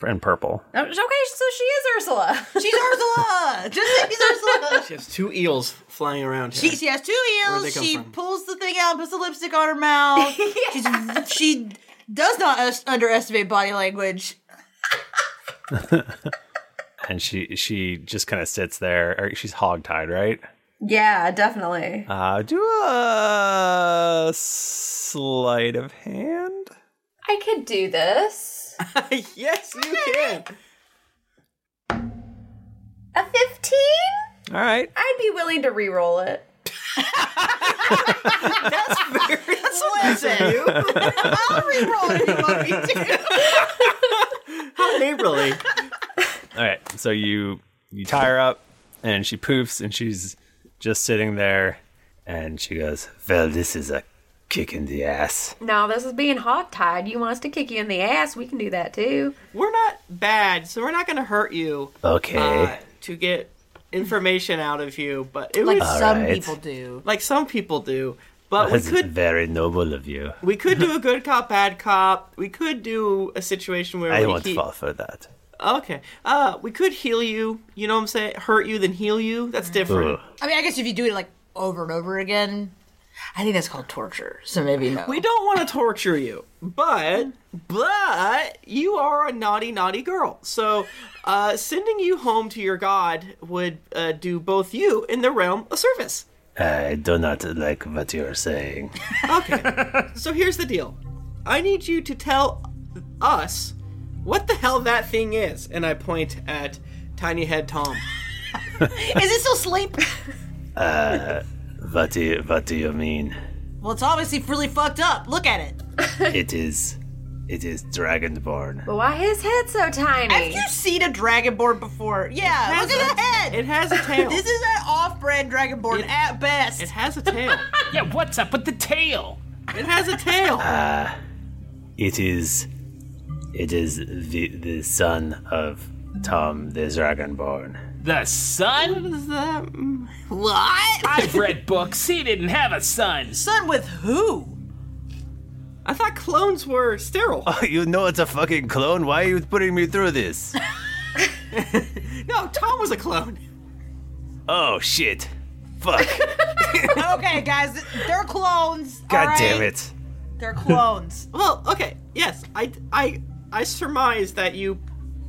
[SPEAKER 1] And purple.
[SPEAKER 10] Oh, it's okay, so she is Ursula.
[SPEAKER 3] She's Ursula. Just like she's Ursula.
[SPEAKER 4] She has two eels flying around here.
[SPEAKER 3] She, she has two
[SPEAKER 4] Where'd they
[SPEAKER 3] eels.
[SPEAKER 4] come
[SPEAKER 3] She
[SPEAKER 4] from?
[SPEAKER 3] pulls the thing out and puts the lipstick on her mouth. She's, she does not us- underestimate body language.
[SPEAKER 1] And she she just kind of sits there. Or she's hogtied, right?
[SPEAKER 10] yeah, definitely.
[SPEAKER 1] Uh, do a sleight of hand.
[SPEAKER 10] I could do this.
[SPEAKER 4] yes, you can.
[SPEAKER 10] A fifteen?
[SPEAKER 1] All right.
[SPEAKER 10] I'd be willing to re-roll it.
[SPEAKER 3] Listen, I'll reroll it if you want me to.
[SPEAKER 4] How neighborly.
[SPEAKER 1] All right. So you you tie her up, and she poofs, and she's just sitting there, and she goes, "Well, this is a kick in the ass."
[SPEAKER 10] No, this is being hog-tied. You want us to kick you in the ass? We can do that too.
[SPEAKER 4] we're not bad, so we're not going to hurt you
[SPEAKER 1] Okay.
[SPEAKER 4] uh, to get information out of you. But it was
[SPEAKER 3] Like some
[SPEAKER 1] right.
[SPEAKER 3] people do.
[SPEAKER 4] like some people do. But Oh, we
[SPEAKER 1] That's
[SPEAKER 4] could
[SPEAKER 1] very noble of you.
[SPEAKER 4] we could do a good cop, bad cop. We could do a situation where
[SPEAKER 1] I
[SPEAKER 4] we
[SPEAKER 1] won't
[SPEAKER 4] he-
[SPEAKER 1] fall for that.
[SPEAKER 4] Okay, uh, we could heal you. You know what I'm saying? Hurt you, then heal you. That's
[SPEAKER 3] Mm.
[SPEAKER 4] different.
[SPEAKER 1] Ugh.
[SPEAKER 3] I mean, I guess if you do it like over and over again, I think that's called torture. So maybe no.
[SPEAKER 4] We don't want to torture you, but but you are a naughty, naughty girl. So uh, sending you home to your god would uh, do both you and the realm a service.
[SPEAKER 1] Uh, I do not like what you are saying.
[SPEAKER 4] Okay. so here's the deal. I need you to tell us what the hell that thing is. And I point at Tiny Head Tom.
[SPEAKER 3] Is it still sleep?
[SPEAKER 1] Uh, What do you, what do you mean?
[SPEAKER 3] well, it's obviously really fucked up. Look at it.
[SPEAKER 1] it is, it is dragonborn.
[SPEAKER 10] But why his head so
[SPEAKER 3] Have
[SPEAKER 10] tiny?
[SPEAKER 3] you seen a dragonborn before? Yeah, look at the head.
[SPEAKER 4] It has a tail.
[SPEAKER 3] this is an off-brand dragonborn
[SPEAKER 4] It-
[SPEAKER 3] at best.
[SPEAKER 4] it has a tail.
[SPEAKER 11] Yeah, what's up with the tail? Uh,
[SPEAKER 4] It has a tail.
[SPEAKER 1] It is, it is the the son of Tom the dragonborn.
[SPEAKER 11] The son?
[SPEAKER 4] What is that? Mm,
[SPEAKER 3] what?
[SPEAKER 11] I've read books. He didn't have a son.
[SPEAKER 3] Son with who?
[SPEAKER 4] I thought clones were sterile.
[SPEAKER 1] Oh, You know it's a fucking clone. Why are you putting me through this?
[SPEAKER 4] No, Tom was a clone.
[SPEAKER 1] oh shit! Fuck!
[SPEAKER 3] okay, guys, they're clones.
[SPEAKER 1] God
[SPEAKER 3] all
[SPEAKER 1] damn
[SPEAKER 3] right?
[SPEAKER 1] it!
[SPEAKER 3] They're clones.
[SPEAKER 4] Well, okay. Yes, I I I surmise that you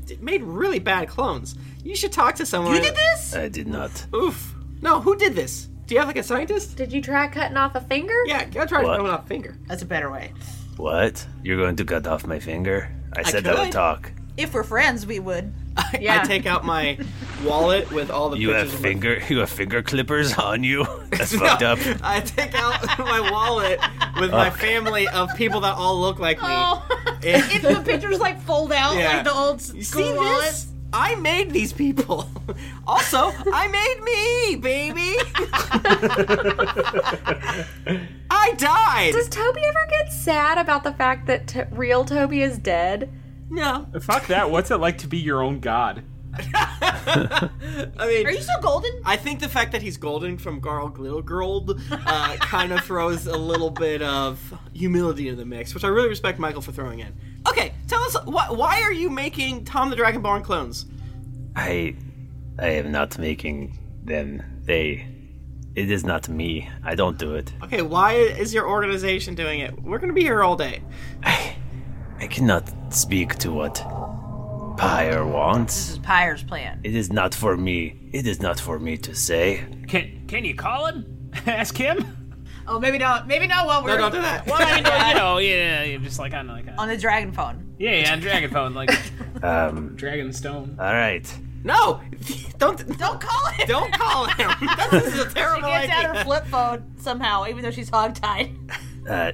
[SPEAKER 4] d- made really bad clones. You should talk to someone.
[SPEAKER 3] You did this?
[SPEAKER 1] I did not.
[SPEAKER 4] Oof. No, who did this? Do you have like a scientist?
[SPEAKER 10] Did you try cutting off a finger?
[SPEAKER 4] Yeah, I tried
[SPEAKER 1] What?
[SPEAKER 4] cutting off a finger.
[SPEAKER 3] That's a better way.
[SPEAKER 1] What? You're going to cut off my finger? I said I would
[SPEAKER 4] could.
[SPEAKER 1] talk.
[SPEAKER 3] If we're friends, we would.
[SPEAKER 4] I take out my wallet with all the
[SPEAKER 1] You have
[SPEAKER 4] pictures of my
[SPEAKER 1] finger you have finger clippers on you? That's fucked up.
[SPEAKER 4] I take out my wallet with my
[SPEAKER 1] Oh.
[SPEAKER 4] family of people that all look like me.
[SPEAKER 3] if the pictures like fold out
[SPEAKER 4] Yeah.
[SPEAKER 3] Oh. like the old
[SPEAKER 4] You
[SPEAKER 3] school
[SPEAKER 4] see
[SPEAKER 3] wallet.
[SPEAKER 4] this? I made these people. Also, I made me, baby. I died.
[SPEAKER 10] Does Toby ever get sad about the fact that t- real Toby is dead?
[SPEAKER 4] No.
[SPEAKER 11] Fuck that. What's it like to be your own god?
[SPEAKER 4] I mean,
[SPEAKER 3] Are you still golden?
[SPEAKER 4] I think the fact that he's golden from Garl Glittergold uh, kind of throws a little bit of humility into the mix, which I really respect Michael for throwing in. Okay, tell us wh- why are you making Tom the Dragonborn clones?
[SPEAKER 1] I I am not making them. They it is not me. I don't do it.
[SPEAKER 4] Okay, why is your organization doing it? We're gonna be here all day.
[SPEAKER 1] I cannot speak to what Pyre wants.
[SPEAKER 3] Pyre's plan.
[SPEAKER 1] It is not for me. It is not for me to say.
[SPEAKER 2] Can can you call him? Ask him?
[SPEAKER 3] Oh, maybe not. Maybe not while
[SPEAKER 4] No,
[SPEAKER 3] we're
[SPEAKER 4] don't do that.
[SPEAKER 2] Well, I mean, you know, Oh, yeah, yeah, just like on like a,
[SPEAKER 3] on the dragon phone.
[SPEAKER 2] yeah, yeah, on Dragon Phone, like
[SPEAKER 1] Um
[SPEAKER 2] Dragon Stone.
[SPEAKER 1] all right.
[SPEAKER 4] No, don't
[SPEAKER 3] Don't call it.
[SPEAKER 4] don't call him. this is a terrible
[SPEAKER 3] She gets out her
[SPEAKER 4] idea.
[SPEAKER 3] flip phone somehow, even though she's hogtied.
[SPEAKER 1] Uh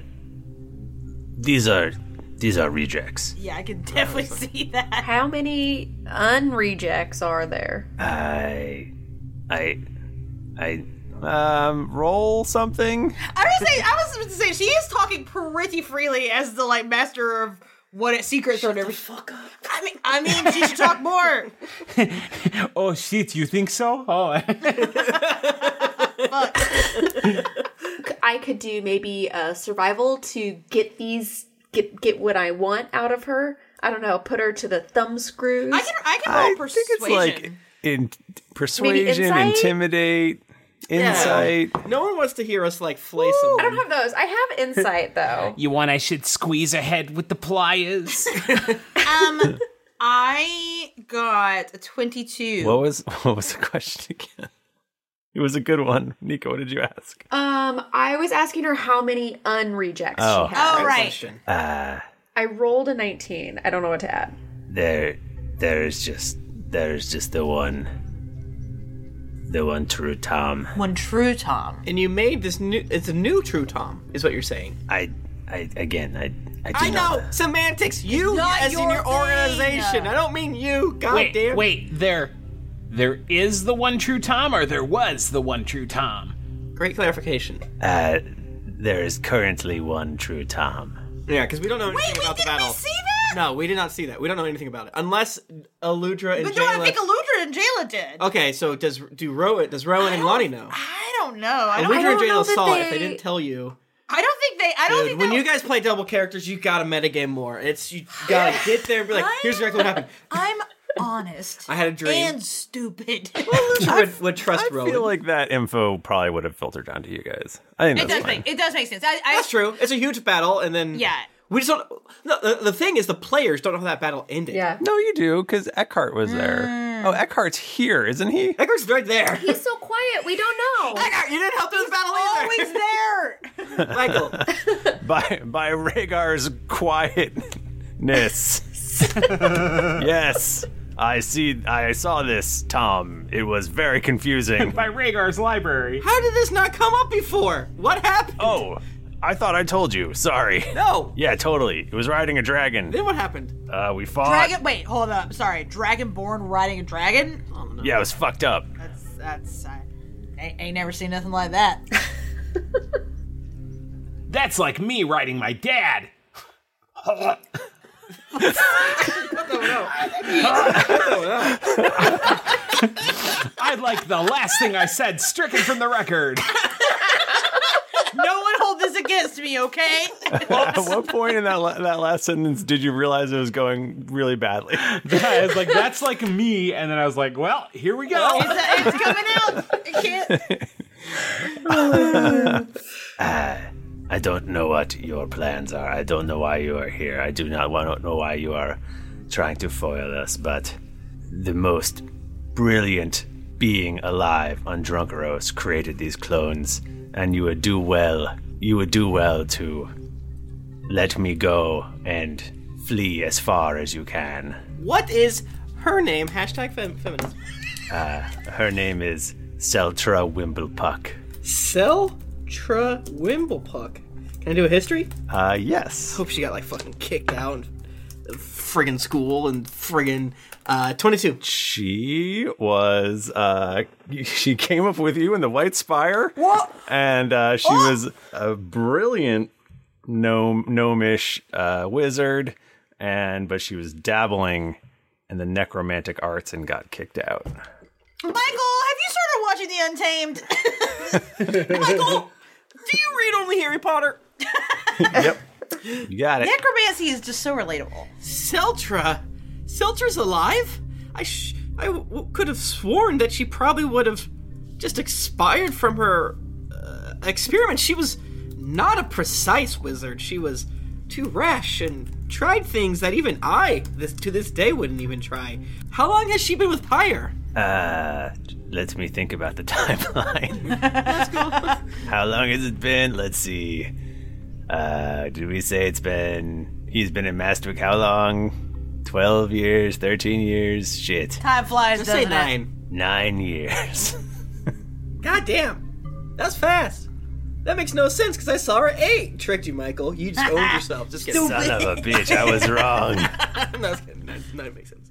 [SPEAKER 1] these are these are rejects.
[SPEAKER 3] Yeah, I can definitely see that.
[SPEAKER 10] How many unrejects are there?
[SPEAKER 1] I I I um roll something.
[SPEAKER 3] I was saying, I was about to say, she is talking pretty freely as the like master of what it secrets or whatever. fuck up. I mean, I mean, she should talk more.
[SPEAKER 11] Oh shit, you think so? Oh,
[SPEAKER 10] I could do maybe a survival to get these get get what I want out of her. I don't know, put her to the thumb screws.
[SPEAKER 3] I can, I can roll
[SPEAKER 1] I
[SPEAKER 3] persuasion.
[SPEAKER 1] think it's like in persuasion,
[SPEAKER 10] insight?
[SPEAKER 1] intimidate, insight.
[SPEAKER 4] No one wants to hear us like flay
[SPEAKER 10] I
[SPEAKER 4] someone.
[SPEAKER 10] don't have those. I have insight though.
[SPEAKER 2] You want I should squeeze her head with the pliers?
[SPEAKER 3] Um, I got a twenty-two.
[SPEAKER 1] What was what was the question again? It was a good one, Nico. What did you ask?
[SPEAKER 10] Um, I was asking her how many unrejects
[SPEAKER 1] Oh.
[SPEAKER 10] she had.
[SPEAKER 3] Oh, right.
[SPEAKER 4] Question.
[SPEAKER 1] Uh
[SPEAKER 10] I rolled a 19. I don't know what to add.
[SPEAKER 1] there, there is just there is just the one, the one true Tom.
[SPEAKER 3] One true Tom.
[SPEAKER 4] And you made this new. It's a new True Tom, is what you're saying.
[SPEAKER 1] I, I again, I, I, do
[SPEAKER 4] I
[SPEAKER 1] not-
[SPEAKER 4] know semantics. You
[SPEAKER 3] not
[SPEAKER 4] as in
[SPEAKER 3] your
[SPEAKER 4] your
[SPEAKER 3] thing.
[SPEAKER 4] organization. I don't mean you. God
[SPEAKER 2] wait,
[SPEAKER 4] damn.
[SPEAKER 2] wait, there, there is the one true Tom, or there was the one true Tom.
[SPEAKER 4] Great clarification.
[SPEAKER 1] Uh, there is currently one true Tom.
[SPEAKER 4] Yeah, because we don't know anything
[SPEAKER 3] Wait, wait,
[SPEAKER 4] about the
[SPEAKER 3] did
[SPEAKER 4] battle.
[SPEAKER 3] we see that?
[SPEAKER 4] No, we did not see that. We don't know anything about it unless Aludra and
[SPEAKER 3] But no, I
[SPEAKER 4] Jayla-
[SPEAKER 3] think Aludra and Jayla did.
[SPEAKER 4] Okay, so does do Rowan? Does Rowan and Lonnie know?
[SPEAKER 3] I don't know. I don't.
[SPEAKER 4] Aludra and
[SPEAKER 10] don't know
[SPEAKER 4] Jayla
[SPEAKER 10] that
[SPEAKER 4] saw it. If they
[SPEAKER 10] they-
[SPEAKER 4] didn't tell you,
[SPEAKER 3] I don't think they. I don't
[SPEAKER 4] Dude,
[SPEAKER 3] think
[SPEAKER 4] when
[SPEAKER 3] that-
[SPEAKER 4] you guys play double characters, you gotta metagame more. It's you gotta get there and be like, here's exactly what happened.
[SPEAKER 3] I'm honest.
[SPEAKER 4] I had a dream.
[SPEAKER 3] And stupid.
[SPEAKER 4] Aludra would, would trust
[SPEAKER 1] I
[SPEAKER 4] Rowan.
[SPEAKER 1] feel like that info probably would have filtered down to you guys. I think
[SPEAKER 3] it
[SPEAKER 1] that's
[SPEAKER 3] does
[SPEAKER 1] fine.
[SPEAKER 3] make it does make sense. I, I
[SPEAKER 4] That's true. It's a huge battle, and then
[SPEAKER 3] Yeah.
[SPEAKER 4] we just don't. No, the, the thing is, the players don't know how that battle ended.
[SPEAKER 10] Yeah.
[SPEAKER 1] No, you do, because Eckhart was there. Oh, Eckhart's here, isn't he?
[SPEAKER 4] Eckhart's right there.
[SPEAKER 10] He's so quiet. We don't know.
[SPEAKER 4] Eckhart, you didn't help in the battle
[SPEAKER 3] always there.
[SPEAKER 4] either. Michael,
[SPEAKER 1] By by Rhaegar's quietness. yes, I see. I saw this, Tom. It was very confusing.
[SPEAKER 11] by Rhaegar's library.
[SPEAKER 4] how did this not come up before? What happened?
[SPEAKER 1] oh, I thought I told you. Sorry.
[SPEAKER 4] no.
[SPEAKER 1] Yeah, totally. It was riding a dragon.
[SPEAKER 4] Then what happened?
[SPEAKER 1] Uh, we fought.
[SPEAKER 3] Dragon. Wait, hold up. Sorry, Dragonborn riding a dragon.
[SPEAKER 1] Yeah, it was fucked up.
[SPEAKER 3] That's that's. uh, I ain't, ain't never seen nothing like that.
[SPEAKER 2] That's like me riding my dad. I'd like the last thing I said stricken from the record.
[SPEAKER 3] no one hold this against me, okay?
[SPEAKER 1] At what point in that la- that last sentence did you realize it was going really badly?
[SPEAKER 11] Yeah, it's like that's like me, and then I was like, well, here we go.
[SPEAKER 3] it's, it's coming out. It can't.
[SPEAKER 11] Uh, I don't know what your plans are. I don't know why you are here. I do not want to know why you are trying to foil us, but the most brilliant being alive on Drunkeros created these clones, and you would do well. You would do well to let me go and flee as far as you can.
[SPEAKER 4] Mm. What is her name? Hashtag fem- feminism.
[SPEAKER 11] Uh, her name is Seltra Wimblepuck.
[SPEAKER 4] Seltra Wimblepuck. Can I do a history?
[SPEAKER 11] Uh, yes.
[SPEAKER 4] Hope she got like fucking kicked out and friggin' school and friggin' uh, 22.
[SPEAKER 11] She was, uh, she came up with you in the White Spire.
[SPEAKER 4] What?
[SPEAKER 11] And uh, she was a brilliant gnome, gnomish uh, wizard, and but she was dabbling in the necromantic arts and got kicked out.
[SPEAKER 3] Michael, have you started watching The Untamed?
[SPEAKER 4] Do you read only Harry Potter?
[SPEAKER 11] You got it.
[SPEAKER 3] Necromancy is just so relatable.
[SPEAKER 4] Seltra. Seltra's alive? I, sh- I w- w- could have sworn that she probably would have just expired from her uh, experiment. She was not a precise wizard. She was too rash and tried things that even I, this to this day, wouldn't even try. How long has she been with Pyre?
[SPEAKER 11] Uh, let me think about the timeline. How long has it been? Let's see. Uh, did we say it's been? He's been in Mastwick how long? Twelve years, thirteen years, shit,
[SPEAKER 3] Time flies,
[SPEAKER 4] Just say
[SPEAKER 3] doesn't it?
[SPEAKER 4] nine.
[SPEAKER 11] nine years.
[SPEAKER 4] God damn, that's fast. That makes no sense because I saw her at eight. Tricked you, Michael. You just owned yourself. Just kidding.
[SPEAKER 11] Son of a bitch, I was wrong.
[SPEAKER 4] I'm not kidding. Nine, nine makes sense.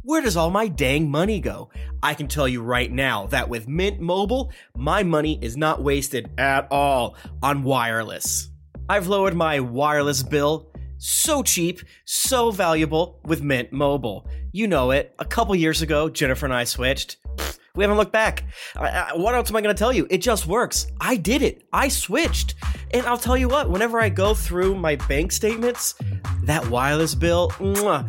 [SPEAKER 12] where does all my dang money go? I can tell you right now that with Mint Mobile, my money is not wasted at all on wireless. I've lowered my wireless bill so cheap, so valuable with Mint Mobile. You know it. A couple years ago, Jennifer and I switched. Pfft, we haven't looked back. I- I- what else am I going to tell you? It just works. I did it. I switched. And I'll tell you what, whenever I go through my bank statements, that wireless bill, mwah,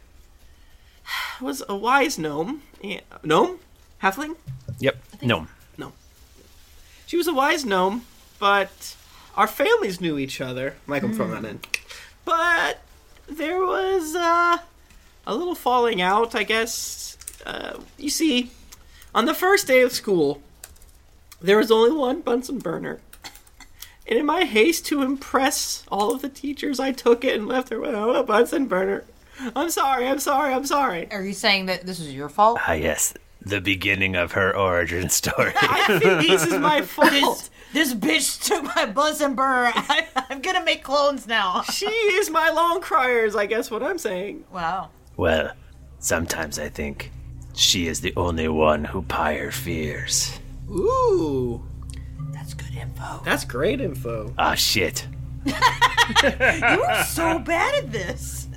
[SPEAKER 4] was a wise gnome. Yeah, Gnome? Halfling?
[SPEAKER 1] Yep. No.
[SPEAKER 4] She was a wise gnome, but our families knew each other. Michael, throw
[SPEAKER 1] Hmm.
[SPEAKER 4] that in. But there was uh, a little falling out, I guess. Uh, you see, on the first day of school, there was only one Bunsen burner. And in my haste to impress all of the teachers, I took it and left her without a Bunsen burner. I'm sorry, I'm sorry, I'm sorry.
[SPEAKER 3] Are you saying that this is your fault?
[SPEAKER 1] Ah, yes. The beginning of her origin story.
[SPEAKER 4] this is my fault.
[SPEAKER 3] This, bitch took my buzz and burner. I, I'm gonna make clones now.
[SPEAKER 4] she is my long criers, I guess what I'm saying.
[SPEAKER 3] Wow.
[SPEAKER 1] Well, sometimes I think she is the only one who pyre fears.
[SPEAKER 4] Ooh. That's good info.
[SPEAKER 1] Ah, shit.
[SPEAKER 3] You're so bad at this.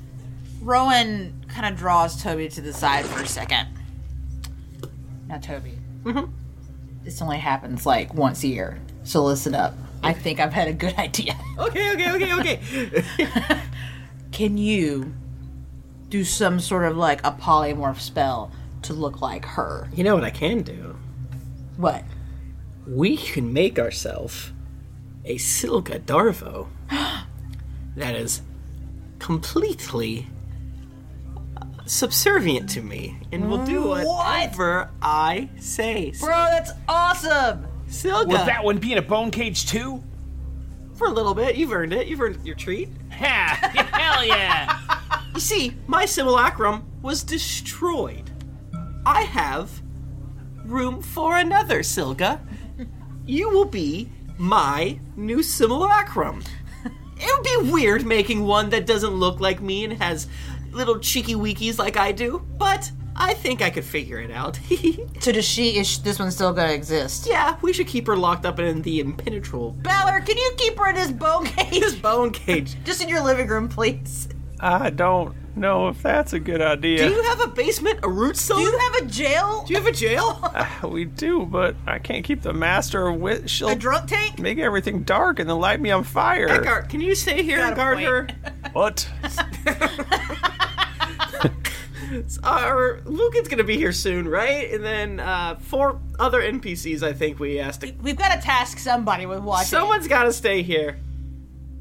[SPEAKER 3] Rowan kind of draws Toby to the side for a second. Now, Toby, this only happens like once a year, so listen up. I think I've had a good idea.
[SPEAKER 4] Okay, okay, okay, okay.
[SPEAKER 3] Can you do some sort of like a polymorph spell to look like her?
[SPEAKER 4] You know what I can do?
[SPEAKER 3] What?
[SPEAKER 4] We can make ourselves a Silga Darvo that is completely subservient to me and will do
[SPEAKER 3] What?
[SPEAKER 4] whatever I say.
[SPEAKER 3] Bro, that's awesome!
[SPEAKER 4] Silga!
[SPEAKER 11] Will that one be in a bone cage too?
[SPEAKER 4] For a little bit, you've earned it. You've earned your treat.
[SPEAKER 11] Hell yeah!
[SPEAKER 4] You see, my simulacrum was destroyed. I have room for another, Silga. You will be my new simulacrum. It would be weird making one that doesn't look like me and has little cheeky weekies like I do, but I think I could figure it out.
[SPEAKER 3] so does she? Is this one still gonna exist?
[SPEAKER 4] Yeah, we should keep her locked up in the impenetrable
[SPEAKER 3] Balor, can you keep her in his bone cage? His
[SPEAKER 4] bone cage.
[SPEAKER 3] Just in your living room, please.
[SPEAKER 1] I don't know if that's a good idea.
[SPEAKER 4] Do you have a basement, a root cellar? Do you
[SPEAKER 3] have a jail?
[SPEAKER 4] Do you have a jail?
[SPEAKER 1] Uh, we do, but I can't keep the master of wit. She'll a
[SPEAKER 3] drunk tank.
[SPEAKER 1] Make everything dark and then light me on fire.
[SPEAKER 4] Eckhart, can you stay here and guard her?
[SPEAKER 1] What?
[SPEAKER 4] Our Lucan's gonna be here soon, right? And then uh, four other NPCs. I think we asked. To...
[SPEAKER 3] We've got to task somebody with watching.
[SPEAKER 4] Someone's got to stay here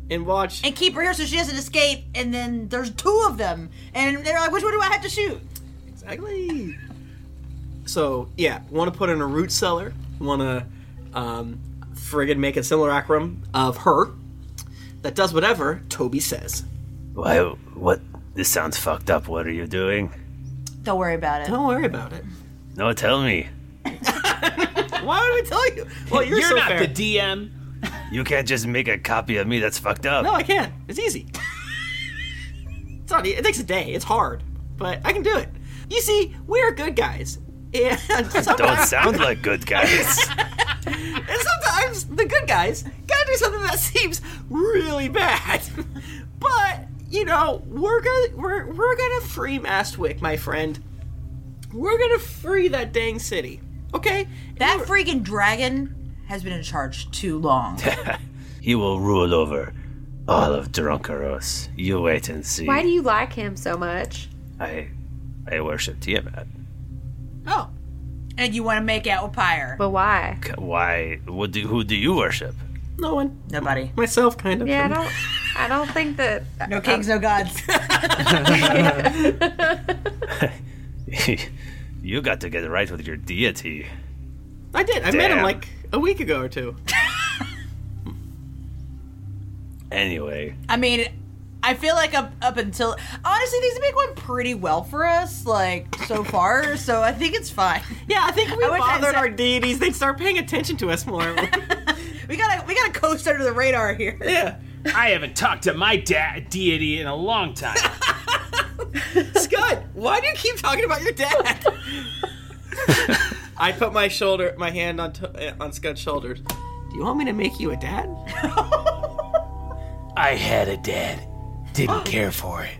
[SPEAKER 4] and watch.
[SPEAKER 3] and keep her here so she doesn't escape. And then there's two of them, and they're like, "Which one do I have to shoot?"
[SPEAKER 4] Exactly. So yeah, want to put in a root cellar. Want to um, friggin' make a similar acrum of her that does whatever Toby says.
[SPEAKER 1] Why? What? This sounds fucked up. What are you doing?
[SPEAKER 3] Don't worry about it.
[SPEAKER 4] Don't worry about it.
[SPEAKER 1] No, tell me.
[SPEAKER 4] Why would I tell you? Well, you're,
[SPEAKER 2] You're
[SPEAKER 4] so
[SPEAKER 2] not
[SPEAKER 4] fair.
[SPEAKER 2] the DM.
[SPEAKER 11] You can't just make a copy of me. That's fucked up.
[SPEAKER 4] No, I can't. It's easy. it's not. e- It takes a day. It's hard, but I can do it. You see, we're good guys, and
[SPEAKER 11] Don't
[SPEAKER 4] sometimes,
[SPEAKER 11] sound like good guys.
[SPEAKER 4] and sometimes the good guys gotta do something that seems really bad. but you know, we're gonna we're we're gonna free Mastwick, my friend. We're gonna free that dang city. Okay.
[SPEAKER 3] That freaking dragon has been in charge too long.
[SPEAKER 11] he will rule over all of Drunkaros. You wait and see.
[SPEAKER 10] Why do you like him so much?
[SPEAKER 11] I I worship Tiamat.
[SPEAKER 3] Oh. And you want to make out with Pyre. But why?
[SPEAKER 11] C- Why? What do, who do you worship?
[SPEAKER 4] No one.
[SPEAKER 3] Nobody.
[SPEAKER 4] Myself, kind of.
[SPEAKER 10] Yeah, I don't. I don't think that.
[SPEAKER 3] No kings, no gods.
[SPEAKER 11] you got to get right with your deity.
[SPEAKER 4] I did. I met him
[SPEAKER 11] Damn.
[SPEAKER 4] like a week ago or two.
[SPEAKER 11] Anyway,
[SPEAKER 3] I mean, I feel like up up until honestly, these have been going pretty well for us, like so far. so I think it's fine.
[SPEAKER 4] Yeah, I think we
[SPEAKER 3] I wish I
[SPEAKER 4] bothered
[SPEAKER 3] said-
[SPEAKER 4] our deities. They'd start paying attention to us more.
[SPEAKER 3] we gotta we gotta coast under the radar here.
[SPEAKER 4] Yeah.
[SPEAKER 2] I haven't talked to my da- deity in a long time.
[SPEAKER 4] Scott, why do you keep talking about your dad? I put my shoulder, my hand on t- uh, on Scott's shoulders. Do you want me to make you a dad?
[SPEAKER 2] I had a dad.
[SPEAKER 4] Didn't care
[SPEAKER 2] for it.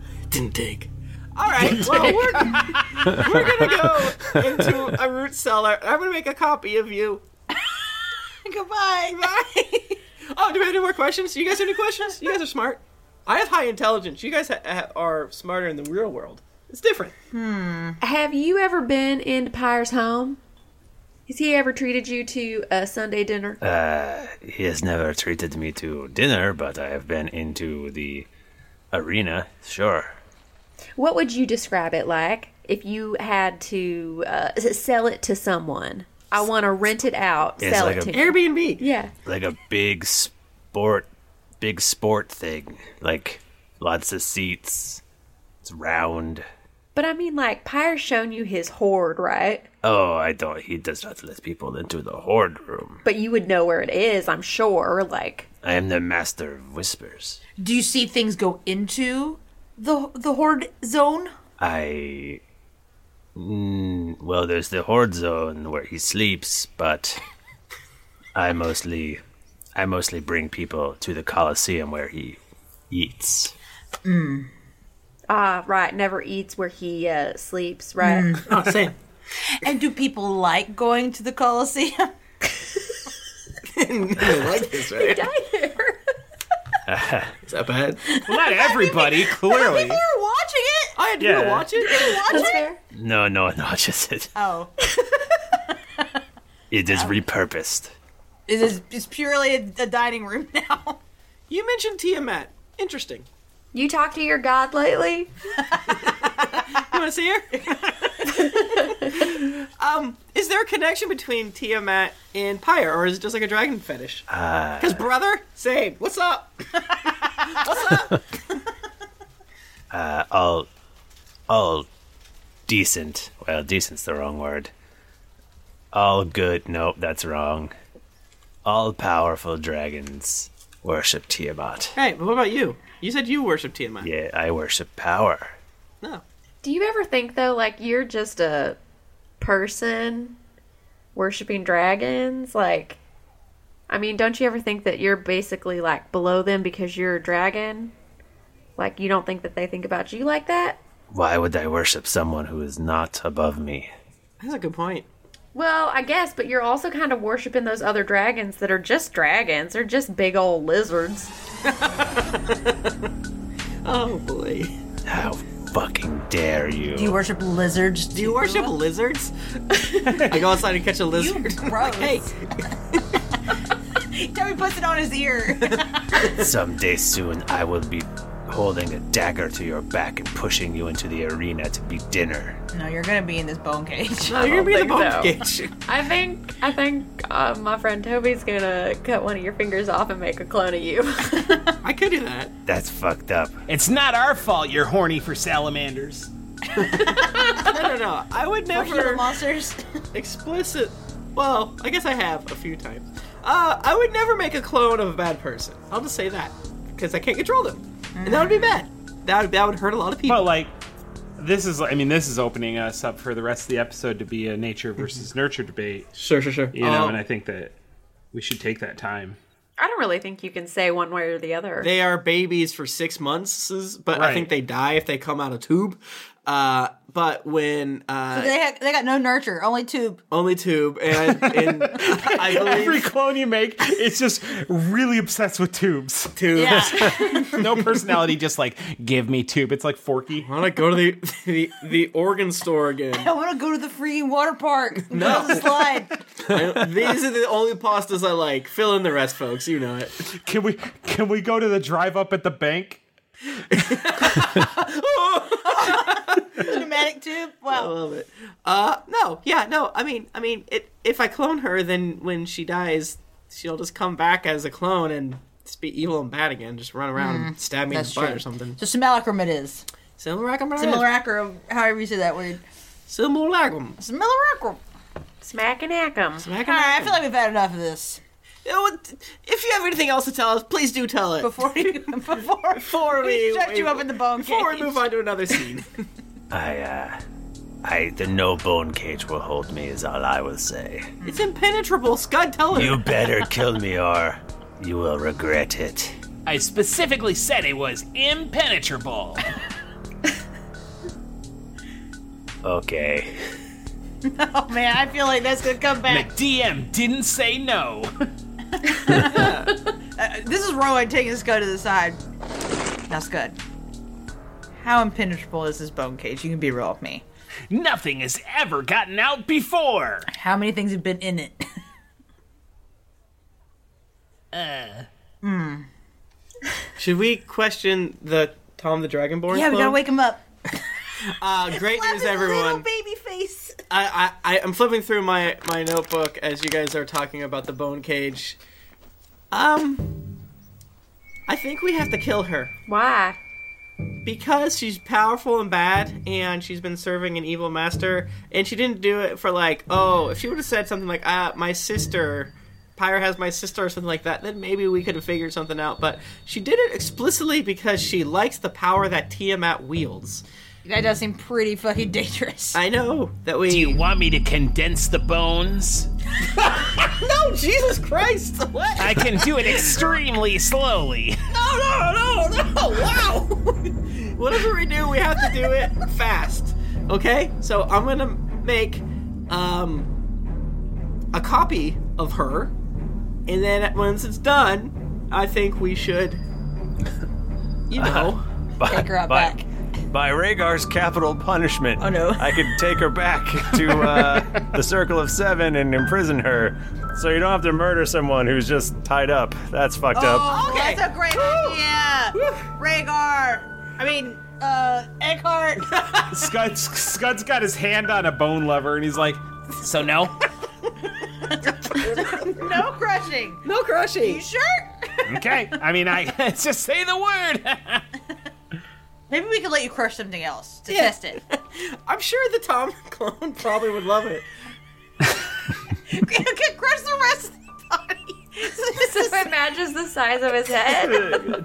[SPEAKER 4] Didn't take. All right. Well, we're, we're gonna go
[SPEAKER 2] Oh.
[SPEAKER 4] into a root cellar. I'm gonna make a copy of you.
[SPEAKER 3] Goodbye.
[SPEAKER 4] Bye. oh, do we have any more questions? You guys have any questions? You guys are smart. I have high intelligence. You guys ha- ha- are smarter in the real world. It's different.
[SPEAKER 10] Hmm. Have you ever been into Pyre's home? Has he ever treated you to a Sunday dinner?
[SPEAKER 11] uh, he has never treated me to dinner, but I have been into the arena. Sure.
[SPEAKER 10] What would you describe it like if you had to uh, s- sell it to someone? I want to rent it out.
[SPEAKER 11] It's
[SPEAKER 10] sell
[SPEAKER 11] like
[SPEAKER 10] it
[SPEAKER 11] a-
[SPEAKER 10] to
[SPEAKER 4] Airbnb.
[SPEAKER 10] Yeah.
[SPEAKER 11] like a big sport big sport thing like lots of seats it's round
[SPEAKER 10] But I mean, like, Pyre's shown you his hoard, right?
[SPEAKER 11] oh i don't he does not let people into the horde room
[SPEAKER 10] But you would know where it is, I'm sure. Like,
[SPEAKER 11] i am the master of whispers
[SPEAKER 3] Do you see things go into the the horde zone?
[SPEAKER 11] i mm, well there's the horde zone where he sleeps but i mostly i mostly bring people to the coliseum where he eats
[SPEAKER 10] mm. ah, right, never eats where he uh, sleeps, right?
[SPEAKER 4] Oh, same.
[SPEAKER 3] Mm. And do people like going to the Colosseum?
[SPEAKER 4] like this, right? Is that bad?
[SPEAKER 2] Well, not everybody, clearly.
[SPEAKER 3] You're watching it.
[SPEAKER 4] I had
[SPEAKER 2] to Yeah. watch
[SPEAKER 4] it.
[SPEAKER 3] You watch it.
[SPEAKER 11] no no no just it,
[SPEAKER 3] Oh,
[SPEAKER 11] it is repurposed
[SPEAKER 3] it is it's purely a, a dining room now.
[SPEAKER 4] You mentioned Tiamat. Interesting.
[SPEAKER 10] You talked to your god lately?
[SPEAKER 4] You want to see her? um, is there a connection between Tiamat and Pyre, or is it just like a dragon fetish?
[SPEAKER 11] uh,
[SPEAKER 4] Because brother, same. What's up?
[SPEAKER 11] uh, all all decent. Well, decent's the wrong word. All good. Nope, that's wrong. All powerful dragons worship Tiamat.
[SPEAKER 4] Hey, but what about you? You said you worship Tiamat.
[SPEAKER 11] Yeah, I worship power.
[SPEAKER 10] Do you ever think, though, like, you're just a person worshiping dragons? Like, I mean, don't you ever think that you're basically, like, below them because you're a dragon? Like, you don't think that they think about you like that?
[SPEAKER 11] Why would I worship someone who is not above me?
[SPEAKER 4] That's a good point.
[SPEAKER 10] Well, I guess, but you're also kind of worshiping those other dragons that are just dragons. They're just big old lizards.
[SPEAKER 4] oh boy.
[SPEAKER 11] How fucking dare you?
[SPEAKER 3] Do you worship lizards? Do
[SPEAKER 4] you worship lizards? I go outside and catch a lizard.
[SPEAKER 3] Gross. Toby puts it on his ear.
[SPEAKER 11] Someday soon, I will be holding a dagger to your back and pushing you into the arena to be dinner.
[SPEAKER 3] no, you're gonna be in this bone cage.
[SPEAKER 11] No, you're gonna be in the bone cage.
[SPEAKER 10] I think I think uh, my friend Toby's gonna cut one of your fingers off and make a clone of you.
[SPEAKER 4] I could do that.
[SPEAKER 11] That's fucked up.
[SPEAKER 2] It's not our fault you're horny for salamanders.
[SPEAKER 4] no, no, no. I would
[SPEAKER 3] For
[SPEAKER 4] never
[SPEAKER 3] Gila monsters.
[SPEAKER 4] explicit Well, I guess I have a few times. Uh, I would never make a clone of a bad person. I'll just say that because I can't control them, and that would be bad. That would, that would hurt a lot of people.
[SPEAKER 2] But like, this is I mean this is opening us up for the rest of the episode to be a nature versus nurture debate.
[SPEAKER 4] Mhm. Sure, sure, sure.
[SPEAKER 2] You know,
[SPEAKER 4] Um,
[SPEAKER 2] and I think that we should take that time.
[SPEAKER 10] I don't really think you can say one way or the other.
[SPEAKER 4] They are babies for six months, but I
[SPEAKER 2] Right.
[SPEAKER 4] think they die if they come out of tube. Uh, but when uh,
[SPEAKER 3] they had, they got no nurture, only tube.
[SPEAKER 4] only tube, and, and I believe
[SPEAKER 2] Every clone you make is just really obsessed with tubes.
[SPEAKER 4] Tubes.
[SPEAKER 2] no personality, just like give me tube. It's like Forky.
[SPEAKER 4] I want to go to the the, the organ store again.
[SPEAKER 3] I want to go to the freaking water park.
[SPEAKER 4] No.
[SPEAKER 3] There's a slide.
[SPEAKER 4] I- these are the only pastas I like. Fill in the rest, folks. You know it.
[SPEAKER 2] Can we can we go to the drive up at the bank?
[SPEAKER 3] pneumatic tube. Wow,
[SPEAKER 4] I love it. Uh, no, yeah, no. I mean, I mean, it, if I clone her, then when she dies, she'll just come back as a clone and just be evil and bad again. Just run around,
[SPEAKER 3] Mm,
[SPEAKER 4] and stab me in the
[SPEAKER 3] that's
[SPEAKER 4] butt
[SPEAKER 3] true.
[SPEAKER 4] or something.
[SPEAKER 3] So simulacrum it is.
[SPEAKER 4] Simulacrum.
[SPEAKER 3] Simulacrum. However you say that word.
[SPEAKER 4] Simulacrum.
[SPEAKER 3] Simulacrum.
[SPEAKER 10] Smack and ackum.
[SPEAKER 4] Smack
[SPEAKER 3] All right, I feel like we've had enough of this.
[SPEAKER 4] You know what? If you have anything else to tell us, please do tell it
[SPEAKER 3] before you, before
[SPEAKER 4] before
[SPEAKER 3] we
[SPEAKER 4] we
[SPEAKER 3] shut you up in the bone
[SPEAKER 4] before we move on to another scene.
[SPEAKER 1] I, uh, I, the no bone cage will hold me, is all I will say.
[SPEAKER 4] it's impenetrable. Scud, tell her.
[SPEAKER 1] You better kill me or you will regret it.
[SPEAKER 11] I specifically said it was impenetrable.
[SPEAKER 1] Okay.
[SPEAKER 3] Oh man, I feel like that's gonna come back.
[SPEAKER 11] McDM didn't say no.
[SPEAKER 3] Uh, this is Rowan taking his go to the side. That's good. How impenetrable is this bone cage? You can be real with me.
[SPEAKER 11] Nothing has ever gotten out before.
[SPEAKER 3] How many things have been in it?
[SPEAKER 11] Uh,
[SPEAKER 3] Hmm.
[SPEAKER 4] Should we question the Tom the Dragonborn?
[SPEAKER 3] Yeah, we gotta
[SPEAKER 4] clone?
[SPEAKER 3] wake him up.
[SPEAKER 4] Uh, great news, everyone.
[SPEAKER 3] baby face.
[SPEAKER 4] I, I, I- I'm flipping through my, my notebook as you guys are talking about the bone cage. Um, I think we have to kill her.
[SPEAKER 10] Why?
[SPEAKER 4] Because she's powerful and bad, and she's been serving an evil master, and she didn't do it for like, oh, if she would have said something like, ah, my sister, Pyre has my sister, or something like that, then maybe we could have figured something out. But she did it explicitly because she likes the power that Tiamat wields.
[SPEAKER 3] That does seem pretty fucking dangerous.
[SPEAKER 4] I know that we. Do
[SPEAKER 11] you want me to condense the bones?
[SPEAKER 4] no, Jesus Christ! What?
[SPEAKER 11] I can do it extremely slowly.
[SPEAKER 4] No, no, no, no! Wow! Whatever we do, we have to do it fast. Okay? So I'm gonna make um, a copy of her, and then once it's done, I think we should, you know,
[SPEAKER 1] Take her Uh, by, back. By Rhaegar's capital punishment. Oh no. I could take her back to uh, the Circle of Seven and imprison her. So you don't have to murder someone who's just tied up. That's fucked up.
[SPEAKER 3] Oh, okay. That's a great idea. Rhaegar. I mean, uh, Eckhart.
[SPEAKER 2] Scud's Scud's got his hand on a bone lever and he's like,
[SPEAKER 11] so no.
[SPEAKER 3] no crushing.
[SPEAKER 4] No crushing.
[SPEAKER 3] You sure?
[SPEAKER 2] okay. I mean, I
[SPEAKER 11] just say the word.
[SPEAKER 3] Maybe we could let you crush something else to
[SPEAKER 4] Yeah.
[SPEAKER 3] test it.
[SPEAKER 4] I'm sure the Tom clone probably would love it.
[SPEAKER 3] okay, crush the rest of the body. so
[SPEAKER 10] it matches the size of his head.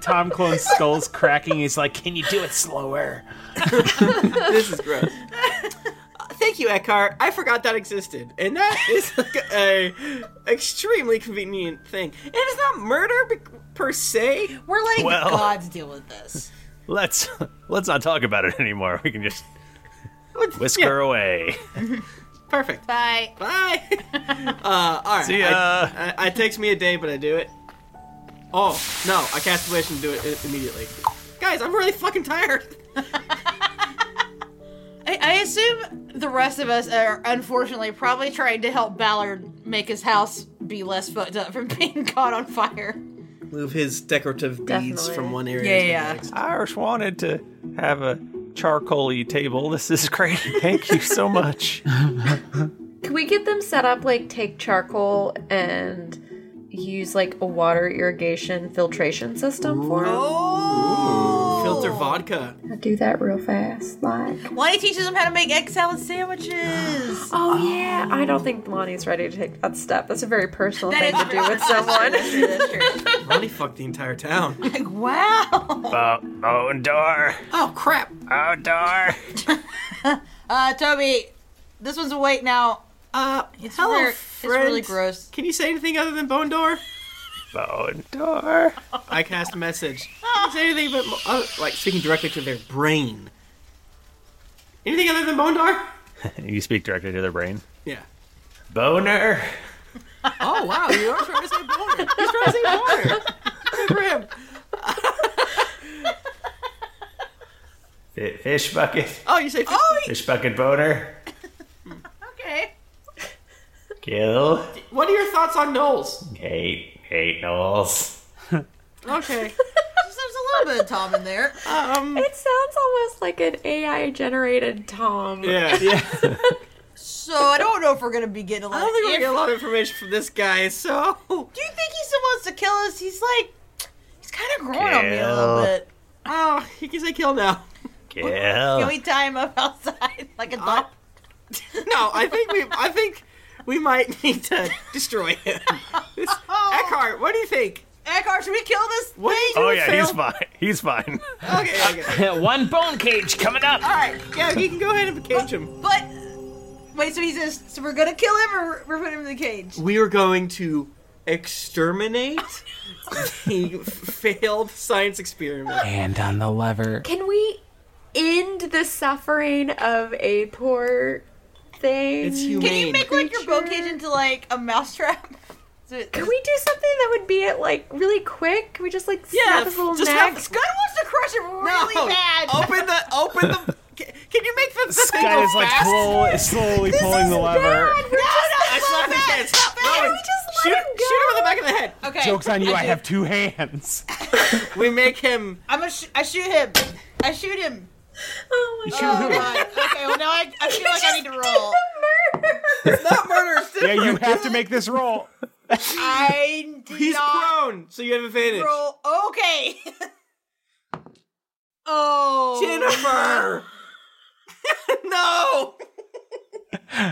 [SPEAKER 2] Tom Clone's skull's cracking. He's like,
[SPEAKER 11] Can you do it slower?
[SPEAKER 4] this is gross. Thank you, Eckhart. I forgot that existed, and that is like a extremely convenient thing. And it's not murder be- per se.
[SPEAKER 3] We're letting
[SPEAKER 1] the Well. gods
[SPEAKER 3] deal with this.
[SPEAKER 1] Let's let's not talk about it anymore. We can just whisk her away.
[SPEAKER 4] Perfect.
[SPEAKER 3] Bye.
[SPEAKER 4] Bye. Uh, all right.
[SPEAKER 1] See ya.
[SPEAKER 4] I, I, it takes me a day, but I do it. Oh no! I cast a wish and do it i- immediately. Guys, I'm really fucking tired.
[SPEAKER 3] I, I assume the rest of us are unfortunately probably trying to help Ballard make his house be less fucked up from being caught on fire.
[SPEAKER 4] Move his decorative beads
[SPEAKER 3] Definitely.
[SPEAKER 4] from one area.
[SPEAKER 3] Yeah,
[SPEAKER 4] to the
[SPEAKER 3] yeah.
[SPEAKER 4] next.
[SPEAKER 1] Irish wanted to have a charcoaly table. This is great. Thank you so much.
[SPEAKER 10] Can we get them set up like take charcoal and use like a water irrigation filtration system for them?
[SPEAKER 4] Oh, Both are vodka.
[SPEAKER 10] I do that real fast. Like,
[SPEAKER 3] Lonnie teaches them how to make egg salad sandwiches.
[SPEAKER 10] oh yeah, I don't think Lonnie's ready to take that step. That's a very personal
[SPEAKER 3] That
[SPEAKER 10] thing
[SPEAKER 3] is
[SPEAKER 10] to do with
[SPEAKER 3] personal.
[SPEAKER 10] someone.
[SPEAKER 4] Ronnie fucked the entire town.
[SPEAKER 3] Like, wow.
[SPEAKER 1] Bo- bone door.
[SPEAKER 4] Oh crap.
[SPEAKER 1] Oh door.
[SPEAKER 3] Uh, Toby, this one's awake now.
[SPEAKER 4] Uh,
[SPEAKER 3] it's
[SPEAKER 4] hello,
[SPEAKER 3] really, it's really
[SPEAKER 4] friend.
[SPEAKER 3] gross.
[SPEAKER 4] Can you say anything other than bone door?
[SPEAKER 1] Bone door.
[SPEAKER 4] I cast a message. Can you say anything but mo- other- like speaking directly to their brain. Anything other than bone door?
[SPEAKER 1] you speak directly to their brain.
[SPEAKER 4] Yeah.
[SPEAKER 1] Boner.
[SPEAKER 4] Oh wow, you are trying to say boner. He's trying to say boner. Good for him.
[SPEAKER 1] Fi- Fish bucket.
[SPEAKER 4] Oh, you say
[SPEAKER 3] oh,
[SPEAKER 1] Fish bucket boner.
[SPEAKER 3] okay.
[SPEAKER 1] Kill.
[SPEAKER 4] What are your thoughts on Knowles?
[SPEAKER 1] Hate. Hate Knowles.
[SPEAKER 4] Okay.
[SPEAKER 3] There's a little bit of Tom in there.
[SPEAKER 4] Um,
[SPEAKER 10] it sounds almost like an AI generated Tom.
[SPEAKER 3] So Oh, I don't know if we're gonna be getting a lot.
[SPEAKER 4] I don't think we're
[SPEAKER 3] of
[SPEAKER 4] gonna get a lot of information from this guy, so
[SPEAKER 3] Do you think he still wants to kill us? He's like, he's kind of growing on me a little
[SPEAKER 1] Kill.
[SPEAKER 3] bit.
[SPEAKER 4] Oh, he can say kill now.
[SPEAKER 1] Kill.
[SPEAKER 3] Can we tie him up outside like a dog?
[SPEAKER 4] no, I think we I think we might need to destroy him. This, Eckhart, what do you think?
[SPEAKER 3] Oh. Eckhart, should we kill this
[SPEAKER 4] what do you
[SPEAKER 1] Oh
[SPEAKER 4] do,
[SPEAKER 1] yeah,
[SPEAKER 4] Phil?
[SPEAKER 1] he's fine. He's fine.
[SPEAKER 4] Okay, okay.
[SPEAKER 11] One bone cage coming up.
[SPEAKER 4] All right, yeah, you can go ahead and cage him.
[SPEAKER 3] But wait, so he says, so we're gonna kill him or we're putting him in the cage?
[SPEAKER 4] We are going to exterminate the failed science experiment.
[SPEAKER 11] And on the lever.
[SPEAKER 10] Can we end the suffering of a poor thing?
[SPEAKER 4] It's humane.
[SPEAKER 3] Can you make like your bow cage into like a mousetrap?
[SPEAKER 10] Can we do something that would be it like really quick? Can we just like snap his little
[SPEAKER 4] just
[SPEAKER 10] neck?
[SPEAKER 4] have-
[SPEAKER 3] Scud wants to crush him really
[SPEAKER 4] No,
[SPEAKER 3] bad.
[SPEAKER 4] Open the open the. Can, can you make the, the thing
[SPEAKER 1] Guy
[SPEAKER 4] go
[SPEAKER 1] is like
[SPEAKER 4] fast?
[SPEAKER 1] pull, slowly pulling the lever.
[SPEAKER 10] God, we're
[SPEAKER 4] I slapped his hand. Stop
[SPEAKER 10] we just
[SPEAKER 4] Shoot,
[SPEAKER 10] let
[SPEAKER 4] shoot him
[SPEAKER 10] him go?
[SPEAKER 4] in the back of the head.
[SPEAKER 3] Okay.
[SPEAKER 13] Joke's on you, I
[SPEAKER 3] shoot-
[SPEAKER 13] have two hands.
[SPEAKER 4] We make him.
[SPEAKER 3] I'm gonna. Sh- I shoot him. I shoot him.
[SPEAKER 10] Oh my
[SPEAKER 3] Oh god. Okay. Well now I, I feel like I need to roll.
[SPEAKER 4] It's not murder. It's
[SPEAKER 13] Yeah,
[SPEAKER 4] different.
[SPEAKER 13] you have to make this roll.
[SPEAKER 3] I did
[SPEAKER 4] He's
[SPEAKER 3] not
[SPEAKER 4] prone, so you have advantage.
[SPEAKER 3] roll. Okay. oh.
[SPEAKER 4] Jennifer. no.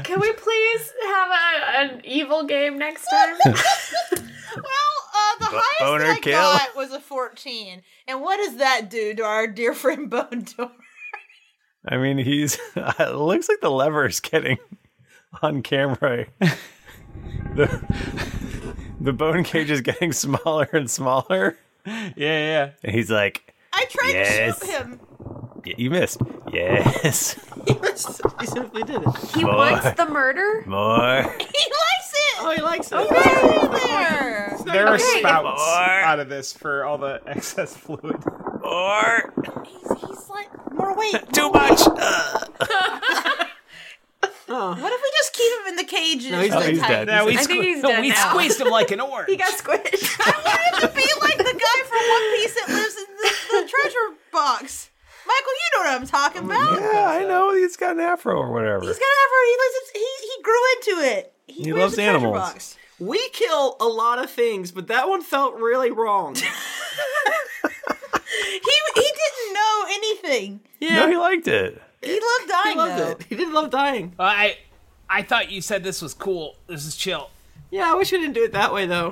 [SPEAKER 10] Can we please have a, an evil game next time?
[SPEAKER 3] Well, uh, the
[SPEAKER 1] Bo-
[SPEAKER 3] highest
[SPEAKER 1] boner
[SPEAKER 3] that I
[SPEAKER 1] kill.
[SPEAKER 3] got was a 14. And what does that do to our dear friend Bone Door?
[SPEAKER 1] I mean, he's. it looks like the lever's getting on camera. the, the bone cage is getting smaller and smaller.
[SPEAKER 13] Yeah, yeah.
[SPEAKER 1] And he's like,
[SPEAKER 3] I tried
[SPEAKER 1] Yes.
[SPEAKER 3] to shoot him.
[SPEAKER 1] "Y- You missed. Yes.
[SPEAKER 4] he simply did it.
[SPEAKER 10] he
[SPEAKER 1] Boy.
[SPEAKER 10] wants the murder?
[SPEAKER 1] More.
[SPEAKER 3] He likes it.
[SPEAKER 4] Oh, he likes it.
[SPEAKER 3] Get over there.
[SPEAKER 2] There are
[SPEAKER 10] Okay.
[SPEAKER 2] spouts
[SPEAKER 1] More.
[SPEAKER 2] out of this for all the excess fluid.
[SPEAKER 1] More.
[SPEAKER 3] He's, he's like, more weight.
[SPEAKER 1] Too much. Ugh.
[SPEAKER 3] What if we just keep him in the cage? And
[SPEAKER 4] No, he's
[SPEAKER 1] Oh,
[SPEAKER 4] dead.
[SPEAKER 1] he's dead.
[SPEAKER 11] Now
[SPEAKER 10] I think he's dead
[SPEAKER 11] we
[SPEAKER 10] now.
[SPEAKER 11] squeezed him like an orange.
[SPEAKER 10] He got squished.
[SPEAKER 3] to be like the guy from One Piece that lives in the, the treasure box. Michael, you know what I'm
[SPEAKER 11] Oh,
[SPEAKER 3] talking about.
[SPEAKER 1] Yeah, I know. He's got an afro or whatever.
[SPEAKER 3] He's got ever he lives. in- He he grew into it. He,
[SPEAKER 1] He
[SPEAKER 3] wears
[SPEAKER 1] loves
[SPEAKER 3] the treasure
[SPEAKER 1] animals.
[SPEAKER 3] Box.
[SPEAKER 4] We kill a lot of things, but that one felt really wrong.
[SPEAKER 3] He he didn't know anything.
[SPEAKER 1] no, he liked it.
[SPEAKER 3] He loved dying
[SPEAKER 4] He loved
[SPEAKER 3] though.
[SPEAKER 4] it. He didn't love dying.
[SPEAKER 11] Uh, I I thought you said this was cool. This is chill.
[SPEAKER 4] Yeah, I wish we didn't do it that way though.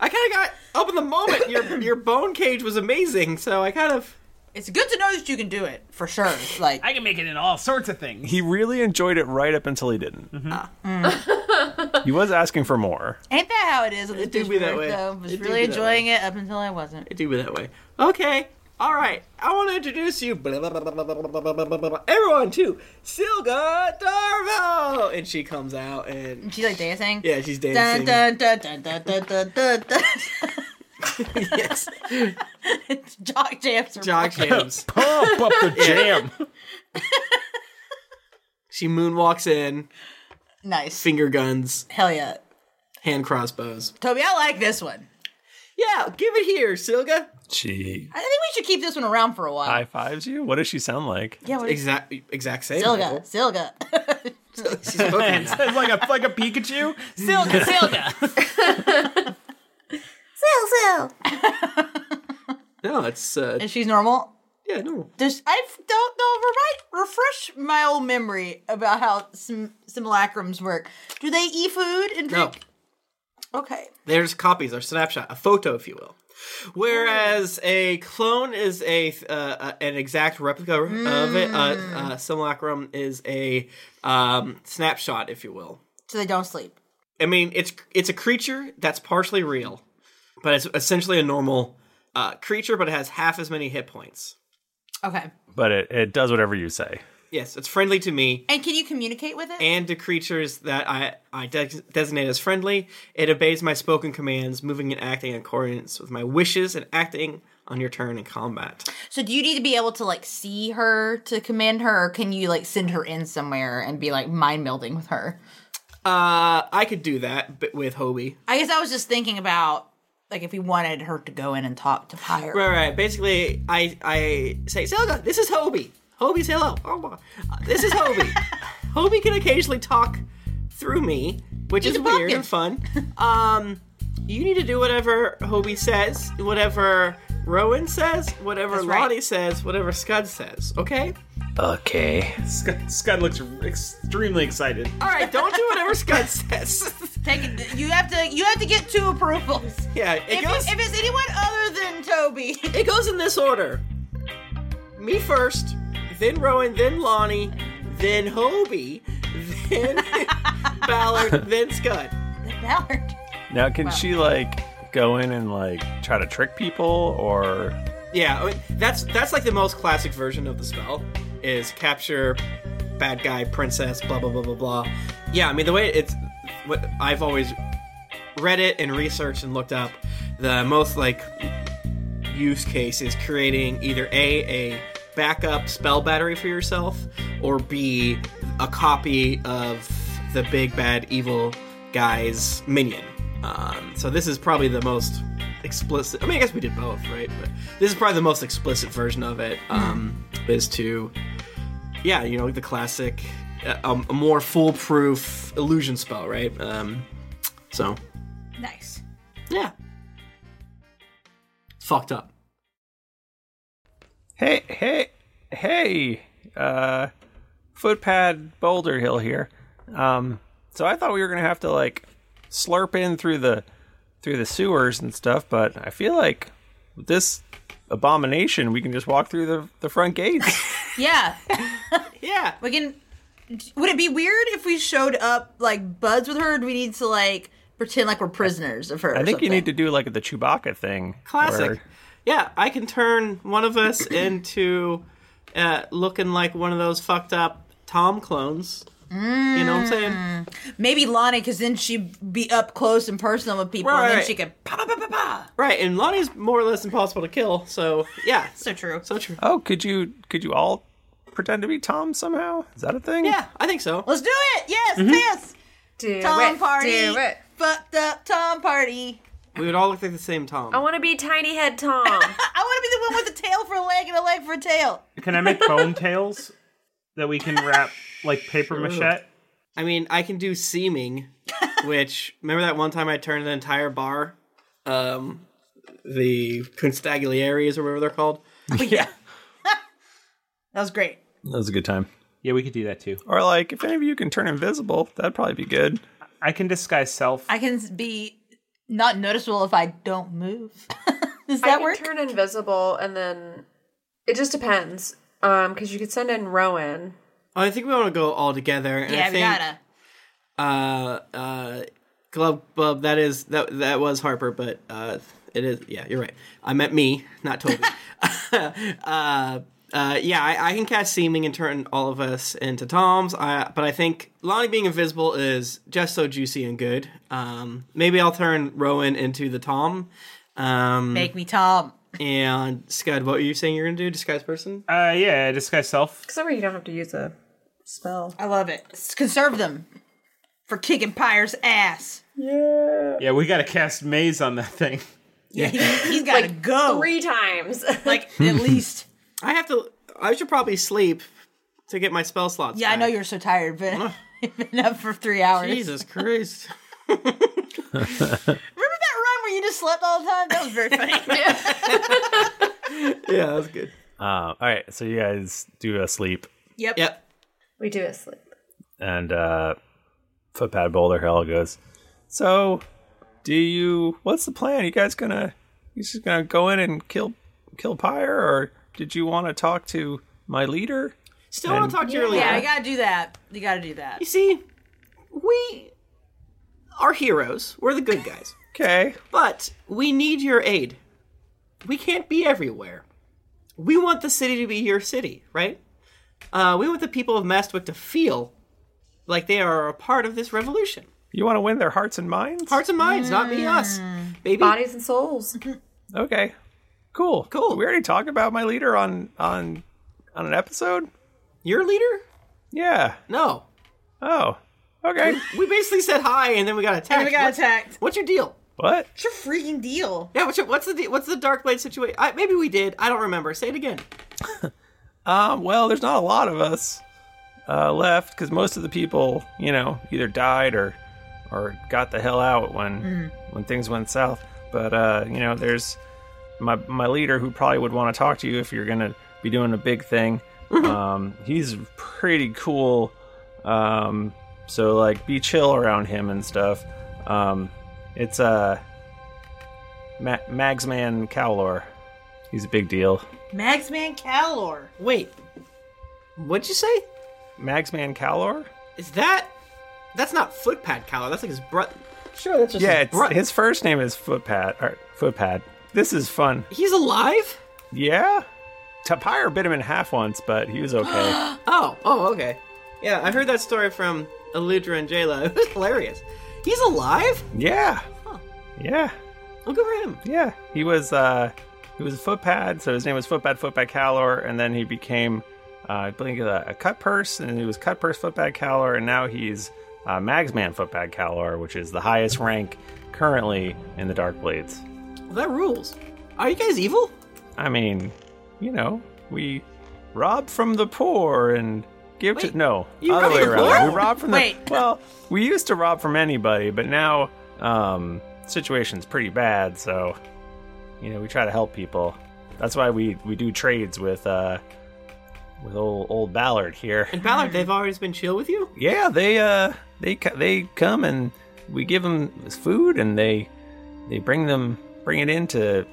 [SPEAKER 4] I kind of got up in the moment. Your your bone cage was amazing, so I kind of
[SPEAKER 3] It's good to know that you can do it for sure. Like
[SPEAKER 11] I can make it in all sorts of things.
[SPEAKER 1] He really enjoyed it right up until he didn't.
[SPEAKER 4] Mm-hmm.
[SPEAKER 3] Ah.
[SPEAKER 1] he was asking for more.
[SPEAKER 3] ain't that how it is with the
[SPEAKER 4] do be that
[SPEAKER 3] douchebag,
[SPEAKER 4] way.
[SPEAKER 3] though? Was
[SPEAKER 4] It do
[SPEAKER 3] really
[SPEAKER 4] be that
[SPEAKER 3] enjoying it up until I wasn't.
[SPEAKER 4] I do it that way. Okay, all right. I want to introduce you, blah, blah, blah, blah, blah, blah, blah, blah, blah, blah, everyone, to Silga Darvo, and she comes out and
[SPEAKER 3] She's like dancing.
[SPEAKER 4] yeah, she's
[SPEAKER 3] Dun,
[SPEAKER 4] dancing.
[SPEAKER 3] dun, dun, dun, dun, dun, dun, dun, dun.
[SPEAKER 4] yes,
[SPEAKER 3] Jock jams are
[SPEAKER 4] jog jams.
[SPEAKER 13] Pump up the jam.
[SPEAKER 4] She moonwalks in,
[SPEAKER 3] nice.
[SPEAKER 4] finger guns,
[SPEAKER 3] Hell yeah,
[SPEAKER 4] hand crossbows.
[SPEAKER 3] Toby. I like this one.
[SPEAKER 4] Yeah, give it here, Silga.
[SPEAKER 1] She
[SPEAKER 3] I think we should keep this one around for a while.
[SPEAKER 1] high fives you. What does she sound like?
[SPEAKER 3] yeah, what is
[SPEAKER 4] Exact exact same.
[SPEAKER 3] Silga? Silga.
[SPEAKER 4] She's Pokemon.
[SPEAKER 13] It's like a like a Pikachu.
[SPEAKER 3] Silga. Silga. Sil, Sil.
[SPEAKER 4] No, it's uh,
[SPEAKER 3] and she's normal.
[SPEAKER 4] Yeah, normal.
[SPEAKER 3] Does I f- don't know. Remind, refresh my old memory about how sim- simulacrums work. Do they eat food and
[SPEAKER 4] no.
[SPEAKER 3] drink? Okay.
[SPEAKER 4] There's copies, or snapshot, a photo, if you will. Whereas a clone is a uh, uh, an exact replica of it, uh, uh, simulacrum is a um, snapshot, if you will.
[SPEAKER 3] So they don't sleep.
[SPEAKER 4] I mean, it's it's a creature that's partially real, but it's essentially a normal uh, creature, but it has half as many hit points.
[SPEAKER 3] Okay.
[SPEAKER 1] But it, it does whatever you say.
[SPEAKER 4] Yes, it's friendly to me.
[SPEAKER 3] And can you communicate with it?
[SPEAKER 4] and to creatures that I, I de- designate as friendly. It obeys my spoken commands, moving and acting in accordance with my wishes and acting on your turn in combat.
[SPEAKER 3] So do you need to be able to like see her to command her, or can you like send her in somewhere and be like mind melding with her?
[SPEAKER 4] Uh, I could do that but with Hobie.
[SPEAKER 3] I guess I was just thinking about like if we wanted her to go in and talk to Pyre.
[SPEAKER 4] Right, right. Basically, I I say, Zelda, Uh, this is Hobie. Hobie, say hello. Oh, my. Uh, This is Hobie. Hobie can occasionally talk through me, which is weird and fun. Um, you need to do whatever Hobie says, whatever Rowan says, whatever
[SPEAKER 2] That's right.
[SPEAKER 4] Lonnie says, whatever Scud says. Okay.
[SPEAKER 1] Okay.
[SPEAKER 2] Scud, Scud looks extremely excited.
[SPEAKER 4] All right, don't do whatever Scott says.
[SPEAKER 3] Take it. You have to. You have to get two approvals.
[SPEAKER 4] Yeah, it
[SPEAKER 3] if,
[SPEAKER 4] goes-
[SPEAKER 3] it- if it's anyone other than Toby,
[SPEAKER 4] it goes in this order. Me first, then Rowan, then Lonnie, then Hobie, then Ballard, then Scud.
[SPEAKER 3] Ballard.
[SPEAKER 1] Now, can
[SPEAKER 4] Wow.
[SPEAKER 1] she like go in and like try to trick people or?
[SPEAKER 4] Yeah, I mean, that's that's like the most classic version of the spell is capture bad guy princess blah blah blah blah blah. Yeah, I mean the way it's what I've always read it and researched and looked up the most like use case is creating either a a backup spell battery for yourself or b a copy of the big bad evil guy's minion um, so this is probably the most explicit i mean i guess we did both right but this is probably the most explicit version of it um, is to yeah you know the classic uh, um, a more foolproof illusion spell right um, so
[SPEAKER 3] nice.
[SPEAKER 4] Yeah. it's fucked up
[SPEAKER 1] Hey, hey, hey, uh, footpad boulder hill here. Um, so I thought we were gonna have to like slurp in through the through the sewers and stuff, but I feel like with this abomination, we can just walk through the the front gates.
[SPEAKER 3] yeah,
[SPEAKER 4] yeah.
[SPEAKER 3] We can. Would it be weird if we showed up like buds with her? Or do we need to like pretend like we're prisoners of her?
[SPEAKER 1] I think you need to do like the Chewbacca thing.
[SPEAKER 4] Classic.
[SPEAKER 1] where-
[SPEAKER 4] Yeah, I can turn one of us into uh, looking like one of those fucked up Tom clones. You know what I'm saying?
[SPEAKER 3] Mm. Maybe Lonnie, because then she'd be up close and personal with people, and then
[SPEAKER 4] Right.
[SPEAKER 3] she could.
[SPEAKER 4] Right, and Lonnie's more or less impossible to kill, so yeah.
[SPEAKER 3] so true.
[SPEAKER 4] So true.
[SPEAKER 1] Oh, could you could you all pretend to be Tom somehow? Is that a thing?
[SPEAKER 4] Yeah, I think so.
[SPEAKER 3] Let's do it. Yes,
[SPEAKER 4] Mm-hmm.
[SPEAKER 1] Mhm.
[SPEAKER 3] yes.
[SPEAKER 10] Do
[SPEAKER 3] Tom
[SPEAKER 10] it,
[SPEAKER 3] party.
[SPEAKER 10] do it.
[SPEAKER 3] Fucked up Tom party.
[SPEAKER 4] We would all look like the same Tom.
[SPEAKER 3] Oh.
[SPEAKER 10] I want to be Tiny Head Tom.
[SPEAKER 3] I want to be the one with a tail for a leg and a leg for a tail.
[SPEAKER 2] Can I make bone tails that we can wrap like paper mache?
[SPEAKER 4] I mean, I can do seeming, which remember that one time I turned an entire bar, um, the constagliaries or whatever they're called.
[SPEAKER 3] That was great.
[SPEAKER 1] That was a good time.
[SPEAKER 2] Yeah, we could do that too.
[SPEAKER 1] Or like, if any of you can turn invisible, that'd probably be good.
[SPEAKER 2] I can disguise self.
[SPEAKER 3] I can be not noticeable if I don't move. Does that
[SPEAKER 10] I work? Turn invisible, and then it just depends. Um, because you could send in Rowan.
[SPEAKER 4] Oh, I think we want to go all together. And I think, Uh, uh, Glub Bub. That is that that was Harper, but uh, it is. Yeah, you're right. I meant me, not Toby. uh, uh, yeah, I, I can cast seeming and turn all of us into Toms. I, but I think Lonnie being invisible is just so juicy and good. Um, maybe I'll turn Rowan into the Tom. Um,
[SPEAKER 3] Make me Tom.
[SPEAKER 4] And Scud, what were you saying you're gonna do? Disguise person?
[SPEAKER 2] Uh, yeah, disguise self.
[SPEAKER 10] Because that way you don't have to use a spell.
[SPEAKER 3] I love it. S- Conserve them for kicking Pyre's ass.
[SPEAKER 10] Yeah.
[SPEAKER 2] Yeah, we gotta cast maze on that thing.
[SPEAKER 3] He's got to go
[SPEAKER 10] three times.
[SPEAKER 3] like at least.
[SPEAKER 4] I have to. I should probably sleep to get my spell slots.
[SPEAKER 3] Yeah, I know you're so tired, but you've been up for three hours.
[SPEAKER 4] Jesus Christ.
[SPEAKER 3] Remember that run where you just slept all the time? That was very funny.
[SPEAKER 1] yeah, that's good. Uh, all right, so you guys do a sleep
[SPEAKER 3] Yep.
[SPEAKER 4] Yep.
[SPEAKER 10] We do it sleep.
[SPEAKER 1] and uh, footpad boulder hill goes so do you what's the plan you guys gonna you just gonna go in and kill kill pyre or did you want to talk to my leader
[SPEAKER 4] still wanna talk
[SPEAKER 3] yeah, yeah, you gotta do that. You gotta do that. You
[SPEAKER 4] see, we are heroes. We're the good guys.
[SPEAKER 1] okay.
[SPEAKER 4] But we need your aid. We can't be everywhere. We want the city to be your city, right? Uh, we want the people of Mastwick to feel like they are a part of this revolution.
[SPEAKER 1] you want to win their hearts and minds
[SPEAKER 4] Hearts and minds, not be us.
[SPEAKER 3] Mm.
[SPEAKER 4] Baby.
[SPEAKER 10] Bodies and souls.
[SPEAKER 1] okay cool cool we already talked about my leader on on on an episode
[SPEAKER 4] your leader
[SPEAKER 1] yeah
[SPEAKER 4] no
[SPEAKER 1] oh okay
[SPEAKER 4] We basically said hi, and then we got attacked.
[SPEAKER 3] And we got
[SPEAKER 4] What's-
[SPEAKER 3] attacked.
[SPEAKER 4] What's your deal?
[SPEAKER 1] what
[SPEAKER 3] What's your freaking deal?
[SPEAKER 4] Yeah, what's, your, what's the de- what's the dark blade situation? I, maybe we did. I don't remember. Say it again.
[SPEAKER 1] Um, well, there's not a lot of us uh, left because most of the people, you know, either died or or got the hell out when when things went south. But uh, you know, there's my my leader who probably would want to talk to you if you're gonna be doing a big thing. Um, he's pretty cool. Um, so like, be chill around him and stuff. Um, it's uh, Ma- Magsman Cowlor. He's a big deal.
[SPEAKER 3] Magsman Calor.
[SPEAKER 4] Wait, what'd you say?
[SPEAKER 1] Magsman Calor?
[SPEAKER 4] Is that? That's not Footpad Calor. That's like his brother. Sure, that's just
[SPEAKER 1] yeah,
[SPEAKER 4] his
[SPEAKER 1] it's,
[SPEAKER 4] brother.
[SPEAKER 1] his first name is Footpad. Or Footpad. This is fun.
[SPEAKER 4] He's alive.
[SPEAKER 1] Yeah. Tapire bit him in half once, but he was okay.
[SPEAKER 4] Oh, oh, okay. Yeah, I heard that story from Eludra and Jayla. It was hilarious. He's alive.
[SPEAKER 1] yeah. Yeah.
[SPEAKER 4] Well, good for him.
[SPEAKER 1] Yeah. He was uh he was a footpad, so his name was Footpad Footpad Calor, and then he became uh, I believe a, a cut purse, and he was cut purse Footpad Calor, and now he's uh, Magsman Footpad Calor, which is the highest rank currently in the Dark Blades.
[SPEAKER 4] Well, that rules. Are you guys evil?
[SPEAKER 1] I mean, you know, we rob from the poor and give to no
[SPEAKER 4] you
[SPEAKER 1] other
[SPEAKER 4] rob
[SPEAKER 1] way
[SPEAKER 4] the
[SPEAKER 1] around.
[SPEAKER 4] poor?
[SPEAKER 1] We rob from the
[SPEAKER 4] Wait.
[SPEAKER 1] well. We used to rob from anybody, but now um, situation's pretty bad. So you know, we try to help people. That's why we we do trades with uh with old old Ballard here.
[SPEAKER 4] And
[SPEAKER 3] Mm-hmm.
[SPEAKER 4] Ballard, they've always been chill with you.
[SPEAKER 1] Yeah, they uh they co- they come and we give them food and they they bring them bring it into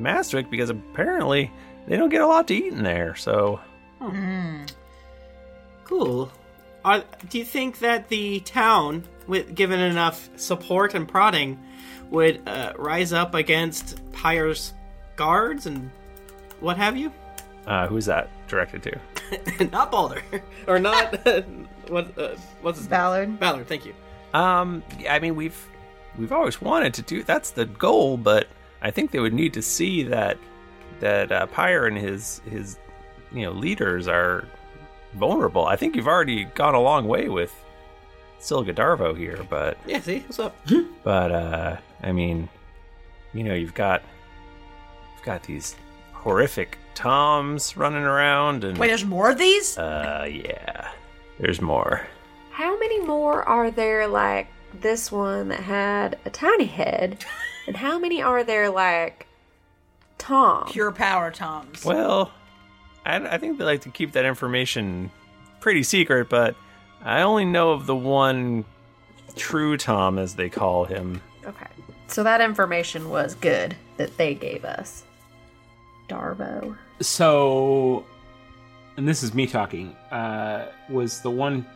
[SPEAKER 1] Maastricht because apparently they don't get a lot to eat in there. So
[SPEAKER 4] Hmm. Cool. Are, do you think that the town, with given enough support and prodding, would uh, rise up against Pyre's guards and what have you?
[SPEAKER 1] uh, who's that directed to?
[SPEAKER 4] not Balder, or not what? Uh, what's his Ballard? Ballard, thank you.
[SPEAKER 1] Um, I mean we've we've always wanted to do that's the goal, but I think they would need to see that that uh, Pyre and his his you know leaders are vulnerable. I think you've already gone a long way with Silga Darvo here, but
[SPEAKER 4] Yeah, see what's up.
[SPEAKER 1] But uh I mean, you know, you've got you've got these horrific toms running around and
[SPEAKER 10] Wait, there's
[SPEAKER 3] more of these?
[SPEAKER 1] Uh yeah. There's more.
[SPEAKER 10] How many more are there like this one that had a tiny head? And how many are there like Tom?
[SPEAKER 3] Pure power Toms.
[SPEAKER 1] Well, I, I think they like to keep that information pretty secret, but I only know of the one true Tom as they call him.
[SPEAKER 10] Okay. So that information was good that they gave us. Darbo.
[SPEAKER 2] So, and this is me talking. Uh, was the one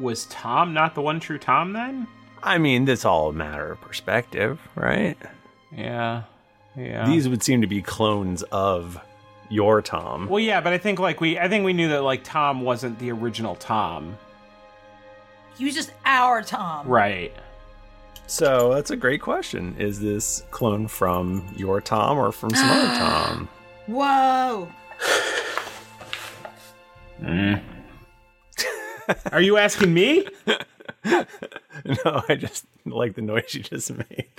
[SPEAKER 2] was Tom not the one true Tom then?
[SPEAKER 1] I mean, that's all a matter of perspective, right?
[SPEAKER 2] Yeah. Yeah.
[SPEAKER 1] These would seem to be clones of your Tom.
[SPEAKER 2] Well, yeah, but I think like we, I think we knew that like Tom wasn't the original Tom,
[SPEAKER 3] He was just our Tom.
[SPEAKER 2] right?
[SPEAKER 1] So that's a great question. Is this clone from your Tom or from some other Tom?
[SPEAKER 3] Whoa.
[SPEAKER 1] Mm.
[SPEAKER 2] Are you asking me?
[SPEAKER 1] no, I just like the noise you just made.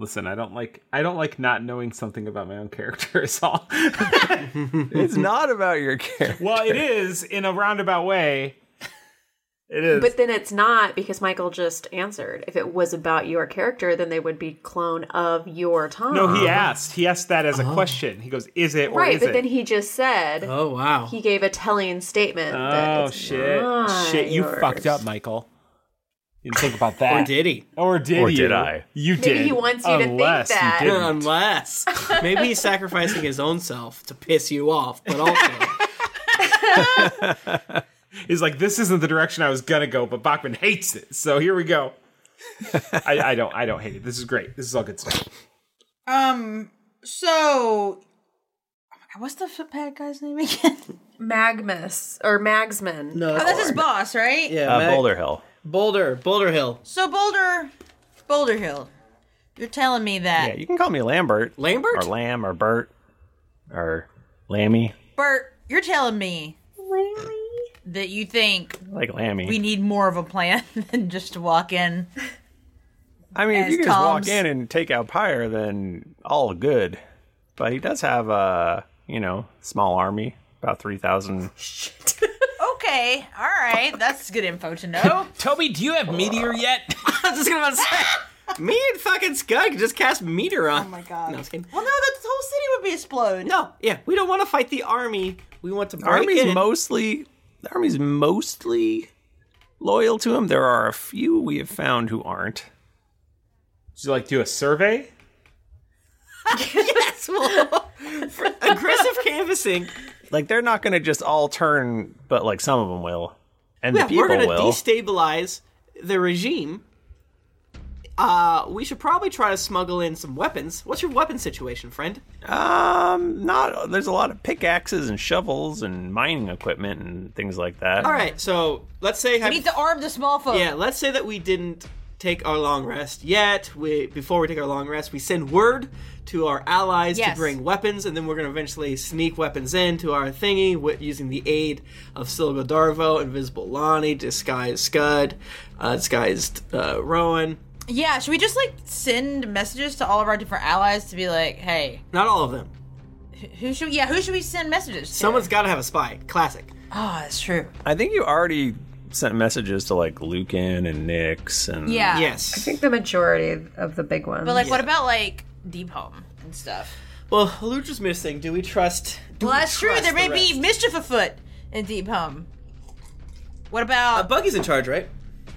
[SPEAKER 2] Listen, I don't like I don't like not knowing something about my own character is all.
[SPEAKER 1] it's not about your character.
[SPEAKER 2] Well, it is in a roundabout way.
[SPEAKER 1] It is.
[SPEAKER 10] But then it's not because Michael just answered. If it was about your character, then they would be clone of your Tom.
[SPEAKER 2] No, he asked. He asked that as a question. He goes, "Is it or
[SPEAKER 10] Right,
[SPEAKER 2] is
[SPEAKER 10] but
[SPEAKER 2] it?"
[SPEAKER 10] then he just said.
[SPEAKER 2] Oh, wow.
[SPEAKER 10] He gave a telling statement. that
[SPEAKER 2] oh
[SPEAKER 10] it's
[SPEAKER 2] shit!
[SPEAKER 10] not
[SPEAKER 2] Shit, you
[SPEAKER 10] yours.
[SPEAKER 2] fucked up, Michael. You didn't think about that.
[SPEAKER 4] Or did he?
[SPEAKER 2] Or did
[SPEAKER 1] Or did
[SPEAKER 2] you?
[SPEAKER 1] I?
[SPEAKER 2] You
[SPEAKER 10] Maybe
[SPEAKER 2] did.
[SPEAKER 10] he wants you to think
[SPEAKER 2] Unless you
[SPEAKER 10] that.
[SPEAKER 2] didn't.
[SPEAKER 4] Unless maybe he's sacrificing his own self to piss you off, but also
[SPEAKER 2] He's like, this isn't the direction I was gonna go, but Bachman hates it, so here we go. I, I don't, I don't hate it. This is great. This is all good stuff.
[SPEAKER 3] Um. So, oh my God, what's the foot bad guy's name again?
[SPEAKER 10] Magmus or Magsman.
[SPEAKER 3] No, oh, that's his boss, right?
[SPEAKER 1] uh, Boulder Hill.
[SPEAKER 4] Boulder, Boulder Hill.
[SPEAKER 3] So Boulder, Boulder Hill. You're telling me that
[SPEAKER 1] Yeah, you can call me Lambert.
[SPEAKER 4] Lambert?
[SPEAKER 1] Or Lamb or Bert or Lammy.
[SPEAKER 3] Bert, you're telling me that you think
[SPEAKER 1] Like Lammy.
[SPEAKER 3] we need more of a plan than just to walk in.
[SPEAKER 1] I mean, if
[SPEAKER 3] as
[SPEAKER 1] you can just walk
[SPEAKER 3] Tom's-
[SPEAKER 1] in and take out Pyre, then all good. But he does have a, you know, small army, about 3,000.
[SPEAKER 3] Okay, all right, that's good info to know.
[SPEAKER 11] Toby, do you have Meteor yet?
[SPEAKER 4] I was just gonna say, me and fucking Scud could just cast meter on. Oh my god! No, I'm kidding.
[SPEAKER 3] Well, no, that whole city would be explode.
[SPEAKER 4] No, yeah, we don't want to fight the army. We want to
[SPEAKER 1] The
[SPEAKER 4] break
[SPEAKER 1] army's
[SPEAKER 4] in.
[SPEAKER 1] mostly, the army's mostly loyal to him. There are a few we have found who aren't.
[SPEAKER 2] Would you like to do a survey?
[SPEAKER 4] yes, well, for aggressive canvassing.
[SPEAKER 1] Like, they're not going to just all turn, but like some of them will. And
[SPEAKER 4] yeah,
[SPEAKER 1] the people
[SPEAKER 4] we're gonna
[SPEAKER 1] will.
[SPEAKER 4] destabilize the regime. Uh, we should probably try to smuggle in some weapons. What's your weapon situation, friend?
[SPEAKER 1] Um, not there's a lot of pickaxes and shovels and mining equipment and things like that.
[SPEAKER 4] All right, so let's say
[SPEAKER 3] We need to arm the small folk.
[SPEAKER 4] Yeah, let's say that we didn't take our long rest yet. We before we take our long rest, we send word to our allies
[SPEAKER 3] Yes.
[SPEAKER 4] to bring weapons, and then we're going to eventually sneak weapons into our thingy with, using the aid of Silgo Darvo, Invisible Lonnie, disguised Scud, uh, disguised uh, Rowan.
[SPEAKER 3] Yeah, should we just like send messages to all of our different allies to be like, hey,
[SPEAKER 4] Not all of them.
[SPEAKER 3] who should? Yeah, who should we send messages to?
[SPEAKER 4] Someone's got to have a spy. Classic. Ah,
[SPEAKER 3] Oh, that's true.
[SPEAKER 1] I think you already sent messages to like Lucan and Nix and
[SPEAKER 3] Yeah. Yes.
[SPEAKER 10] I think the majority of the big ones.
[SPEAKER 3] But like, what about like Deep Home and stuff?
[SPEAKER 4] Well, Lutra's missing. Do we trust? Do
[SPEAKER 3] well,
[SPEAKER 4] we
[SPEAKER 3] that's true.
[SPEAKER 4] trust
[SPEAKER 3] There may
[SPEAKER 4] the
[SPEAKER 3] be
[SPEAKER 4] rest?
[SPEAKER 3] mischief afoot in Deep Home. What about?
[SPEAKER 4] Uh, Buggy's in charge, right?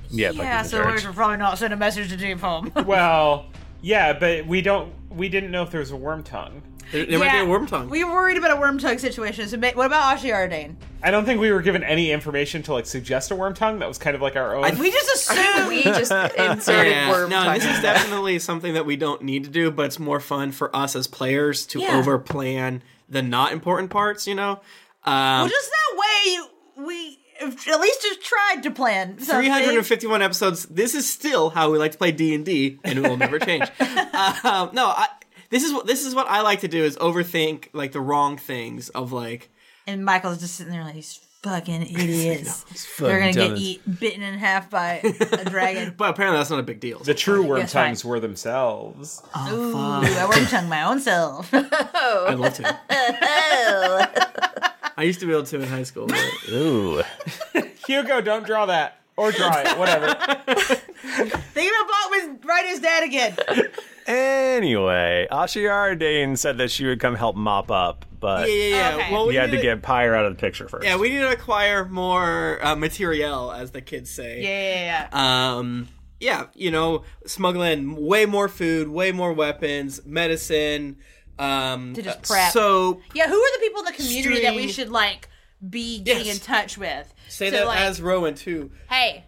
[SPEAKER 1] Yeah,
[SPEAKER 3] yeah, so we should probably not send a message to Deep Home.
[SPEAKER 2] well, yeah, but we don't. We didn't know if there was a worm tongue.
[SPEAKER 4] There,
[SPEAKER 3] Yeah, We were worried about a worm tongue situation. So, ma- what about Ashiardane?
[SPEAKER 2] I don't think we were given any information to like suggest a worm tongue. That was kind of like our
[SPEAKER 4] Oh.
[SPEAKER 2] own.
[SPEAKER 3] We just assumed we just
[SPEAKER 2] inserted
[SPEAKER 4] Yeah.
[SPEAKER 2] worm
[SPEAKER 4] No,
[SPEAKER 2] tongue.
[SPEAKER 4] this is definitely something that we don't need to do, but it's more fun for us as players to
[SPEAKER 3] Yeah.
[SPEAKER 4] overplan the not important parts. You know, um,
[SPEAKER 3] well, just that way you- we if- at least just tried to plan. something.
[SPEAKER 4] 351 episodes. This is still how we like to play D and D, and it will never change. um, no, I, this is what this is what I like to do is overthink like the wrong things of like
[SPEAKER 3] And Michael's just sitting there like these fucking idiots.
[SPEAKER 4] fucking
[SPEAKER 3] They're gonna get
[SPEAKER 4] dummies.
[SPEAKER 3] eat, bitten in half by a dragon.
[SPEAKER 4] But apparently, that's not a big deal.
[SPEAKER 2] The true worm
[SPEAKER 3] Yes,
[SPEAKER 2] tongues were themselves.
[SPEAKER 4] Oh,
[SPEAKER 3] Ooh, I worm tongue my own self. I'd
[SPEAKER 4] love to. I used to be able to in high school.
[SPEAKER 1] Ooh.
[SPEAKER 2] Hugo, don't draw that or draw it. Whatever.
[SPEAKER 3] Think about Bachman's right his dad again.
[SPEAKER 4] Uh,
[SPEAKER 1] Anyway, Ashiardane said that she would come help mop up, but
[SPEAKER 4] Yeah, yeah, yeah. Okay. Well, we
[SPEAKER 1] you had
[SPEAKER 4] need
[SPEAKER 1] to
[SPEAKER 4] to-
[SPEAKER 1] get Pyre out of the picture first.
[SPEAKER 4] Yeah, we need to acquire more uh, materiel, as the kids say.
[SPEAKER 3] Yeah.
[SPEAKER 4] Um, yeah, you know, smuggling way more food, way more weapons, medicine. Um,
[SPEAKER 3] To just
[SPEAKER 4] uh,
[SPEAKER 3] prep.
[SPEAKER 4] So
[SPEAKER 3] Yeah, who are the people in the community that we
[SPEAKER 4] String.
[SPEAKER 3] should like be getting in touch with?
[SPEAKER 4] say
[SPEAKER 3] So,
[SPEAKER 4] that
[SPEAKER 3] like,
[SPEAKER 4] as Rowan too.
[SPEAKER 3] hey,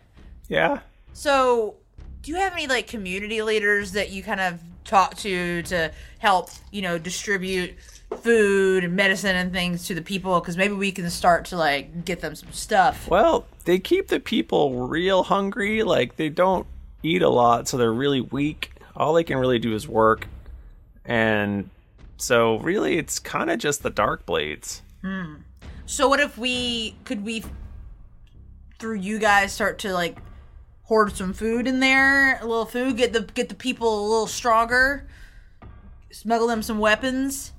[SPEAKER 1] Yeah.
[SPEAKER 3] so do you have any like community leaders that you kind of talk to to help you know distribute food and medicine and things to the people? Because maybe we can start to like get them some stuff.
[SPEAKER 1] Well, they keep the people real hungry. Like they don't eat a lot, so they're really weak. All they can really do is work, and so really, it's kind of just the dark blades.
[SPEAKER 3] Hmm. So what if we could we through you guys start to like hoard some food in there, a little food, get the get the people a little stronger, smuggle them some weapons.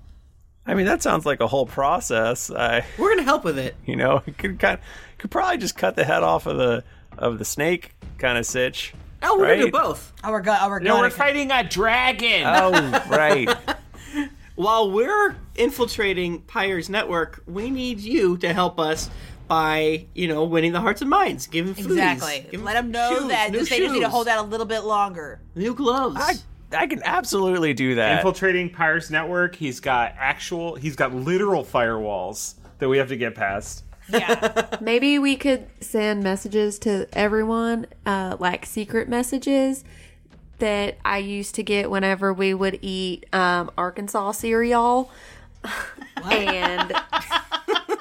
[SPEAKER 1] I mean, that sounds like a whole process. I
[SPEAKER 4] we're gonna help with it.
[SPEAKER 1] You know, it could kind could probably just cut the head off of the of the snake kind of sitch.
[SPEAKER 4] Oh, we're gonna do
[SPEAKER 1] right?
[SPEAKER 4] both.
[SPEAKER 3] Oh, we're go- oh, we're
[SPEAKER 11] No, we're fighting a dragon.
[SPEAKER 1] Oh, right.
[SPEAKER 4] While we're infiltrating Pyre's network, we need you to help us by, you know, winning the hearts and minds. Give them foodies.
[SPEAKER 3] Exactly.
[SPEAKER 4] Give 'em
[SPEAKER 3] Let them know
[SPEAKER 4] shoes,
[SPEAKER 3] that
[SPEAKER 4] new
[SPEAKER 3] they just need
[SPEAKER 4] shoes.
[SPEAKER 3] to hold out a little bit longer.
[SPEAKER 4] New gloves.
[SPEAKER 1] I, I can absolutely do that.
[SPEAKER 2] Infiltrating Pyre's network. He's got actual. He's got literal firewalls that we have to get past.
[SPEAKER 10] Maybe we could send messages to everyone, uh, like secret messages that I used to get whenever we would eat um, Arkansas cereal. and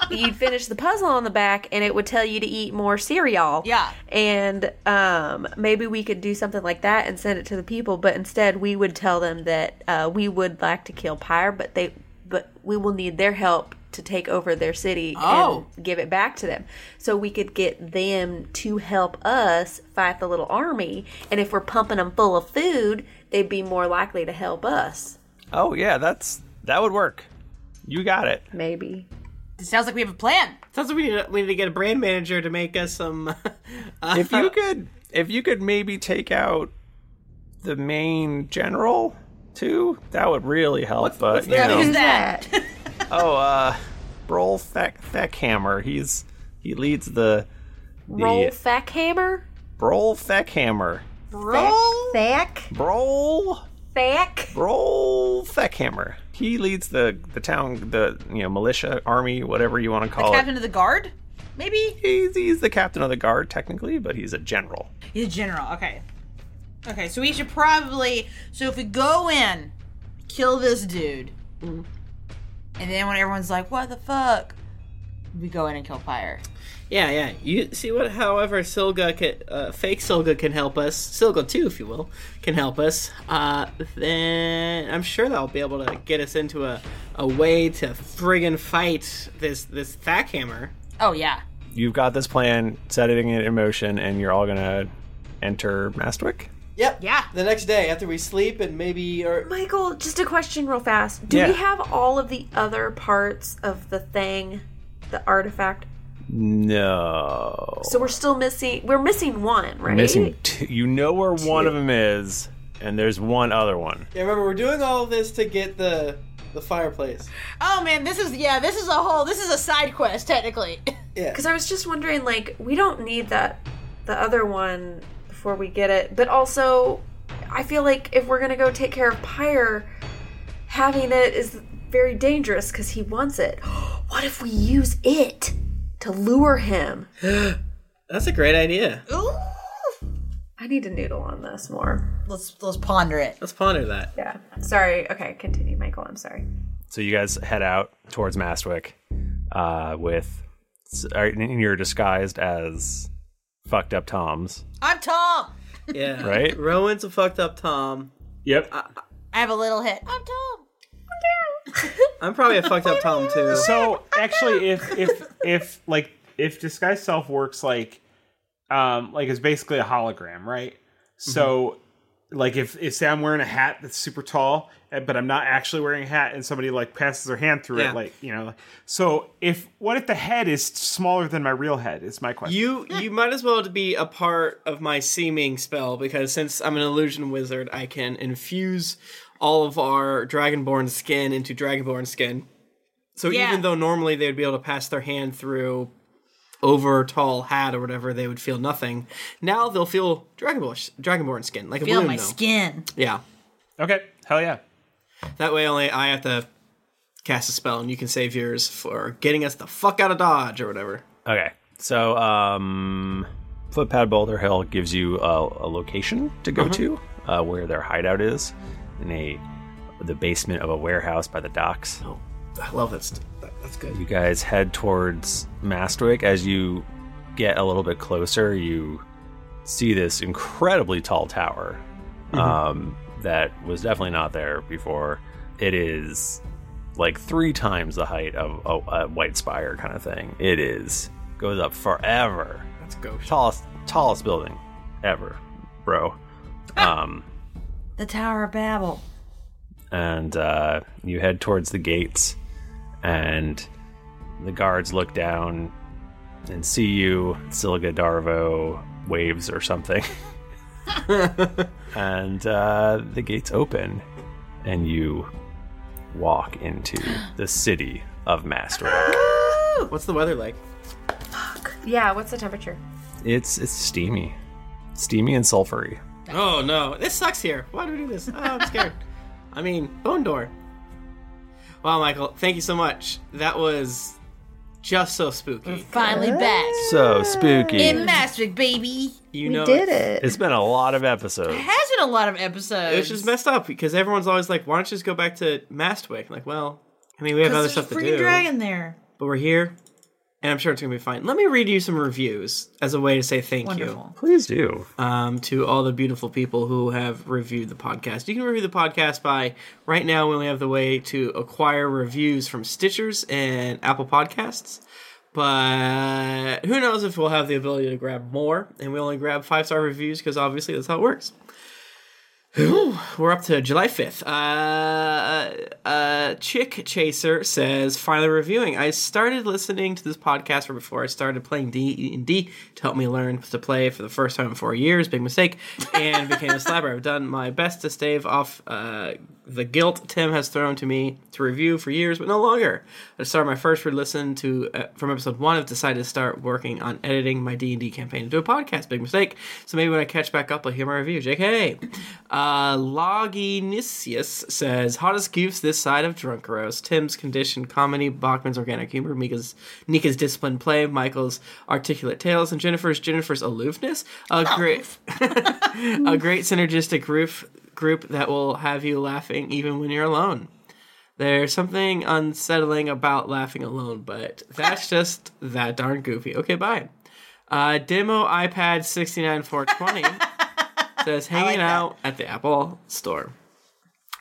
[SPEAKER 10] you'd finish the puzzle on the back and it would tell you to eat more cereal.
[SPEAKER 3] Yeah.
[SPEAKER 10] And um, maybe we could do something like that and send it to the people, but instead we would tell them that uh, we would like to kill Pyre, but they but we will need their help to take over their city
[SPEAKER 4] Oh.
[SPEAKER 10] and give it back to them. So we could get them to help us fight the little army, and if we're pumping them full of food, they'd be more likely to help us.
[SPEAKER 1] Oh yeah, that's that would work. You got it.
[SPEAKER 10] Maybe.
[SPEAKER 3] It sounds like we have a plan.
[SPEAKER 4] Sounds like we need, to, we need to get a brand manager to make us some. uh,
[SPEAKER 1] if you could, if you could maybe take out the main general too, that would really help. but you know,
[SPEAKER 3] that?
[SPEAKER 1] oh, uh, Brol Feck Feckhammer. He's he leads the the
[SPEAKER 10] Roll fack hammer.
[SPEAKER 1] Brol Feckhammer.
[SPEAKER 10] Roll fack.
[SPEAKER 1] Brol
[SPEAKER 10] Fack.
[SPEAKER 1] Brol Feckhammer. He leads the the town, the you know militia, army, whatever you want to
[SPEAKER 3] the
[SPEAKER 1] call it.
[SPEAKER 3] captain of the guard? Maybe?
[SPEAKER 1] He's, he's the captain of the guard technically, but he's a general.
[SPEAKER 3] He's a general. Okay. Okay, so we should probably. So if we go in, kill this dude, Mm-hmm. and then when everyone's like, "What the fuck," we go in and kill Pyre.
[SPEAKER 4] yeah, yeah. You see what? However, Silga, can, uh, fake Silga, can help us. Silga too, if you will, can help us. Uh, then I'm sure that'll be able to get us into a, a way to friggin' fight this this Thack Hammer.
[SPEAKER 3] Oh yeah.
[SPEAKER 1] You've got this plan, setting it in motion, and you're all gonna enter Mastwick.
[SPEAKER 4] Yep. Yeah. The next day after we sleep and maybe or
[SPEAKER 10] Michael, just a question real fast. Do
[SPEAKER 1] Yeah.
[SPEAKER 10] we have all of the other parts of the thing, the artifact?
[SPEAKER 1] No.
[SPEAKER 10] So we're still missing. We're missing one, right?
[SPEAKER 1] Missing two. You know where one of them is, and there's one other one.
[SPEAKER 4] Yeah, remember we're doing all of this to get the the fireplace.
[SPEAKER 3] Oh man, this is yeah. This is a whole. This is a side quest technically.
[SPEAKER 4] Yeah.
[SPEAKER 10] Because I was just wondering, like, we don't need that, the other one before we get it. But also, I feel like if we're gonna go take care of Pyre, having it is very dangerous because he wants it. what if we use it to lure him?
[SPEAKER 4] That's a great idea.
[SPEAKER 10] I need to noodle on this more.
[SPEAKER 3] Let's let's ponder it.
[SPEAKER 4] Let's ponder that.
[SPEAKER 10] Yeah. Sorry. Okay. Continue, Michael. I'm sorry.
[SPEAKER 1] So you guys head out towards Mastwick uh, with, s- or- and you're disguised as fucked up Toms,
[SPEAKER 3] I'm Tom.
[SPEAKER 4] Yeah.
[SPEAKER 1] right?
[SPEAKER 4] Rowan's a fucked up Tom.
[SPEAKER 2] Yep.
[SPEAKER 3] I have a little hit. I'm Tom.
[SPEAKER 4] I'm probably a fucked up Tom too.
[SPEAKER 2] So actually, if if if like if disguise self works like, um, like it's basically a hologram, right? So,
[SPEAKER 4] Mm-hmm.
[SPEAKER 2] like if if say I'm wearing a hat that's super tall, eh, but I'm not actually wearing a hat, and somebody like passes their hand through
[SPEAKER 4] Yeah.
[SPEAKER 2] it, like you know, like, so if what if the head is smaller than my real head? Is my question.
[SPEAKER 4] You you might as well be a part of my seeming spell because since I'm an illusion wizard, I can infuse all of our dragonborn skin into dragonborn skin. So
[SPEAKER 3] Yeah.
[SPEAKER 4] even though normally they would be able to pass their hand through over tall hat or whatever, they would feel nothing. Now they'll feel dragonborn dragonborn skin like a
[SPEAKER 3] Feel
[SPEAKER 4] balloon.
[SPEAKER 3] my
[SPEAKER 4] though.
[SPEAKER 3] skin.
[SPEAKER 4] Yeah.
[SPEAKER 2] Okay. Hell yeah.
[SPEAKER 4] That way, only I have to cast a spell, and you can save yours for getting us the fuck out of dodge or whatever.
[SPEAKER 1] Okay. So, um, Footpad Boulder Hill gives you a, a location to
[SPEAKER 4] Mm-hmm.
[SPEAKER 1] go to uh, where their hideout is in a the basement of a warehouse by the docks.
[SPEAKER 4] Oh, I love that. St- that- that's good.
[SPEAKER 1] You guys head towards Mastwick. As you get a little bit closer, you see this incredibly tall tower um, that was definitely not there before. It is like three times the height of a, a White Spire kind of thing. It is goes up forever.
[SPEAKER 4] Let's go.
[SPEAKER 1] Tallest tallest building ever, bro. Um,
[SPEAKER 3] The Tower of Babel.
[SPEAKER 1] and uh, you head towards the gates, and the guards look down and see you, Silga Darvo, waves or something. and uh, the gates open, and you walk into the city of Master.
[SPEAKER 4] What's the weather like?
[SPEAKER 10] Yeah, what's the temperature?
[SPEAKER 1] It's it's steamy, steamy and sulfury.
[SPEAKER 4] Oh no, this sucks here. Why do we do this? Oh, I'm scared. I mean, bone door. Wow, Michael, thank you so much. That was just so spooky.
[SPEAKER 3] Finally back.
[SPEAKER 1] So spooky.
[SPEAKER 3] In Maastricht, baby.
[SPEAKER 4] You know, it's-
[SPEAKER 1] It's been a lot of episodes.
[SPEAKER 3] has been a lot of episodes.
[SPEAKER 4] It's just messed up because everyone's always like, "Why don't you just go back to Mastwick?" Like, well, I mean, we have
[SPEAKER 3] 'Cause
[SPEAKER 4] other
[SPEAKER 3] there's a
[SPEAKER 4] stuff to
[SPEAKER 3] freaking
[SPEAKER 4] do,
[SPEAKER 3] dragon there.
[SPEAKER 4] but we're here, and I'm sure it's gonna be fine. Let me read you some reviews as a way to say thank
[SPEAKER 3] Wonderful.
[SPEAKER 4] you.
[SPEAKER 1] Please do.
[SPEAKER 4] Um, to all the beautiful people who have reviewed the podcast. You can review the podcast by right now. We only have the way to acquire reviews from Stitchers and Apple Podcasts. But who knows if we'll have the ability to grab more? And we only grab five star reviews because obviously that's how it works. Whew, we're up to July 5th. Uh, uh, Chick Chaser says, finally reviewing. I started listening to this podcast from before I started playing D&D to help me learn to play for the first time in four years. Big mistake. And became a slapper. I've done my best to stave off uh, the guilt Tim has thrown to me to review for years, but no longer. I started my first re-listen to uh, from episode one. I've decided to start working on editing my D and D campaign into a podcast. Big mistake. So maybe when I catch back up, I'll hear my review. JK. Uh, Loginisius says hottest goofs this side of drunk roast. Tim's conditioned comedy, Bachman's organic humor, Mika's Nika's disciplined play, Michael's articulate tales, and Jennifer's Jennifer's aloofness. A great a great synergistic roof group that will have you laughing even when you're alone. There's something unsettling about laughing alone, but that's just that darn goofy. Okay, bye. Uh, demo iPad 69420 says hanging out at the Apple store.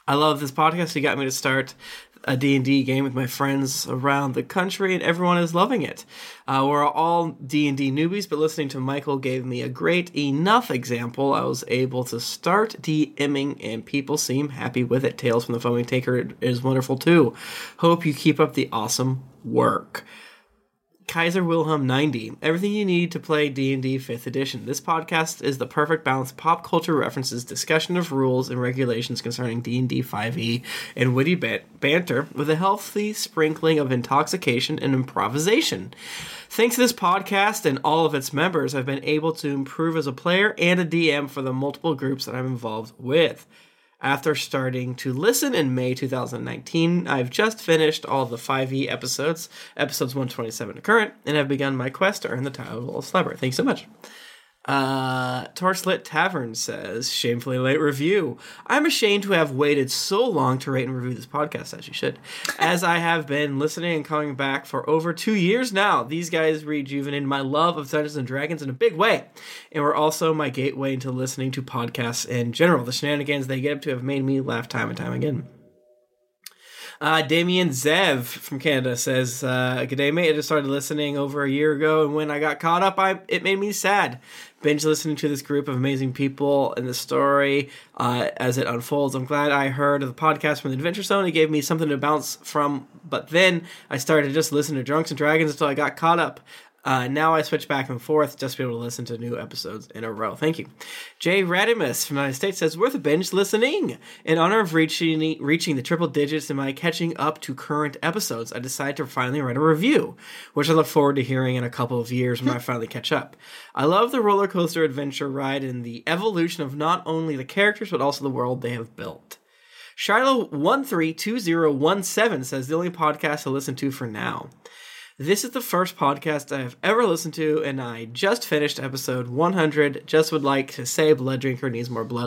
[SPEAKER 4] I love this podcast. It got me to start a D&D game with my friends around the country and everyone is loving it. Uh, we're all D&D newbies, but listening to Michael gave me a great enough example. I was able to start DMing and people seem happy with it. Tales from the Foaming Taker is wonderful too. Hope you keep up the awesome work. Kaiser Wilhelm 90. Everything you need to play D&D 5th edition. This podcast is the perfect balance of pop culture references, discussion of rules and regulations concerning D&D 5e, E and witty ban- banter with a healthy sprinkling of intoxication and improvisation. Thanks to this podcast and all of its members, I've been able to improve as a player and a DM for the multiple groups that I'm involved with. After starting to listen in May 2019, I've just finished all the 5e episodes, episodes 127 to current, and have begun my quest to earn the title of Slabber. Thanks so much. Uh, Torchlit Tavern says, shamefully late review. I'm ashamed to have waited so long to rate and review this podcast, as you should, as I have been listening and coming back for over two years now. These guys rejuvenated my love of Dungeons and Dragons in a big way, and were also my gateway into listening to podcasts in general. The shenanigans they get up to have made me laugh time and time again. Uh, Damien Zev from Canada says, uh, Good day, mate. I just started listening over a year ago, and when I got caught up, I it made me sad. Binge listening to this group of amazing people and the story uh, as it unfolds. I'm glad I heard of the podcast from the Adventure Zone. It gave me something to bounce from, but then I started to just listen to Drunks and Dragons until I got caught up. Uh, now I switch back and forth just to be able to listen to new episodes in a row. Thank you. Jay Radimus from the United States says, worth a binge listening. In honor of reaching, reaching the triple digits and my catching up to current episodes, I decided to finally write a review, which I look forward to hearing in a couple of years when I finally catch up. I love the roller coaster adventure ride and the evolution of not only the characters, but also the world they have built. Shiloh132017 says, the only podcast I listen to for now. This is the first podcast I have ever listened to, and I just finished episode 100. Just would like to say Blood Drinker needs more blood.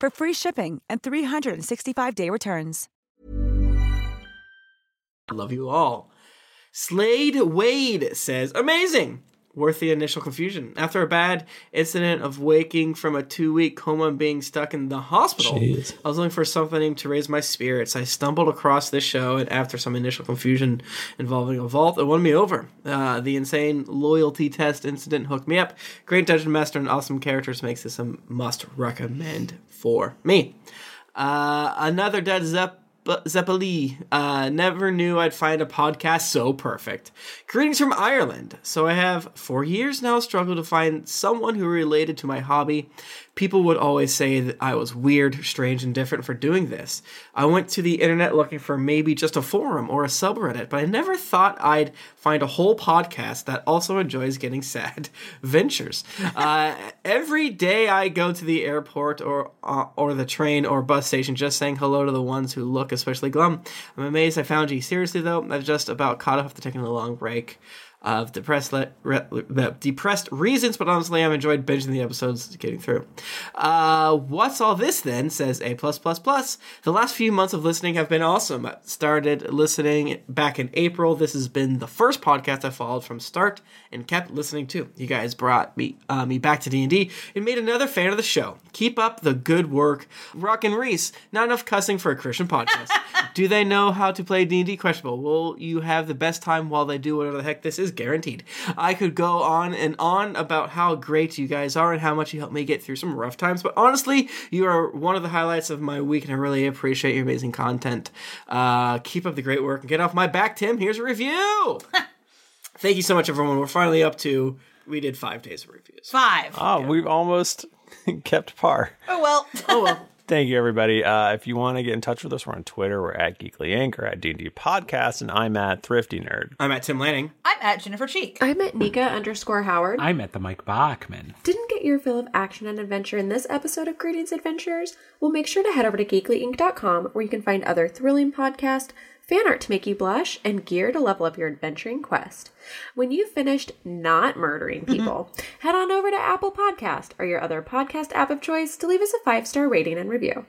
[SPEAKER 14] for free shipping and 365-day returns.
[SPEAKER 4] I love you all. Slade Wade says, Amazing! Worth the initial confusion. After a bad incident of waking from a two week coma and being stuck in the hospital,
[SPEAKER 11] Jeez.
[SPEAKER 4] I was looking for something to raise my spirits. I stumbled across this show, and after some initial confusion involving a vault, it won me over. Uh, the insane loyalty test incident hooked me up. Great Dungeon Master and awesome characters makes this a must recommend for me. Uh, another dead Zepp. Zeppeli, uh, never knew I'd find a podcast so perfect. Greetings from Ireland. So I have for years now struggled to find someone who related to my hobby. People would always say that I was weird, strange, and different for doing this. I went to the internet looking for maybe just a forum or a subreddit, but I never thought I'd find a whole podcast that also enjoys getting sad ventures. Uh, every day I go to the airport or uh, or the train or bus station, just saying hello to the ones who look especially glum. I'm amazed I found you. Seriously though, I've just about caught up after taking a long break of depressed le- re- the depressed reasons, but honestly, I've enjoyed binging the episodes, getting through. Uh, what's all this then? Says A plus plus plus. The last few months of listening have been awesome. I started listening back in April. This has been the first podcast I followed from start and kept listening to. You guys brought me uh, me back to D and D and made another fan of the show. Keep up the good work, Rock and Reese. Not enough cussing for a Christian podcast. do they know how to play D&D? Questionable. Will you have the best time while they do whatever the heck this is? Guaranteed. I could go on and on about how great you guys are and how much you helped me get through some rough times, but honestly, you are one of the highlights of my week and I really appreciate your amazing content. Uh, keep up the great work and get off my back, Tim. Here's a review. Thank you so much, everyone. We're finally up to, we did five days of reviews.
[SPEAKER 3] Five.
[SPEAKER 1] Oh, we've almost kept par.
[SPEAKER 3] Oh well.
[SPEAKER 4] Oh well.
[SPEAKER 1] Thank you, everybody. Uh, if you want to get in touch with us, we're on Twitter. We're at Geekly Anchor, at D&D Podcast, and I'm at Thrifty Nerd.
[SPEAKER 4] I'm at Tim Lanning.
[SPEAKER 3] I'm at Jennifer Cheek.
[SPEAKER 10] I'm at Nika underscore Howard.
[SPEAKER 13] I'm at the Mike Bachman.
[SPEAKER 10] Didn't get your fill of action and adventure in this episode of Greetings Adventures? Well, make sure to head over to geeklyinc.com where you can find other thrilling podcasts, fan art to make you blush, and gear to level up your adventuring quest. When you've finished not murdering people, head on over to Apple Podcast or your other podcast app of choice to leave us a five-star rating and review.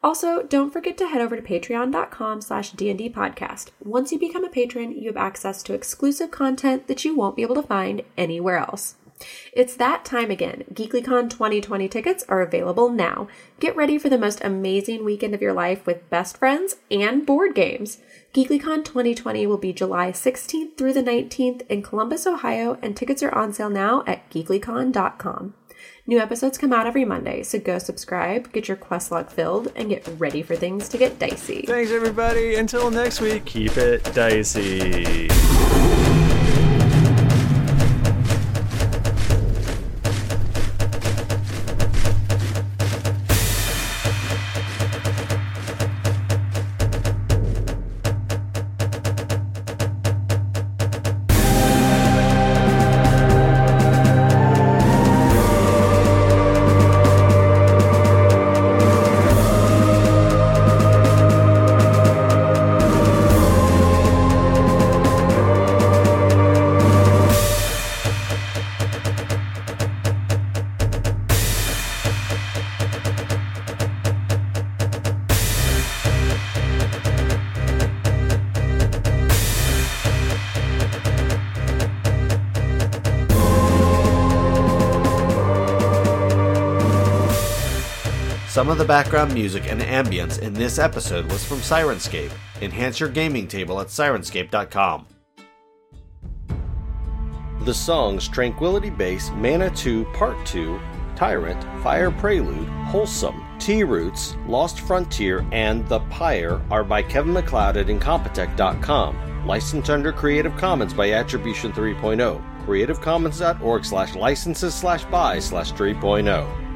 [SPEAKER 10] Also, don't forget to head over to patreon.com slash D&D podcast. Once you become a patron, you have access to exclusive content that you won't be able to find anywhere else. It's that time again. GeeklyCon 2020 tickets are available now. Get ready for the most amazing weekend of your life with best friends and board games. GeeklyCon 2020 will be July 16th through the 19th in Columbus, Ohio, and tickets are on sale now at geeklycon.com. New episodes come out every Monday, so go subscribe, get your quest log filled, and get ready for things to get dicey.
[SPEAKER 1] Thanks, everybody. Until next week, keep it dicey.
[SPEAKER 15] Some of the background music and ambience in this episode was from Sirenscape. Enhance your gaming table at sirenscape.com. The songs Tranquility Base, Mana 2 Part 2, Tyrant, Fire Prelude, Wholesome, T Roots, Lost Frontier, and The Pyre are by Kevin McLeod at Incompetech.com. Licensed under Creative Commons by oh. Attribution 3.0. CreativeCommons.org slash oh. licenses slash buy slash 3.0.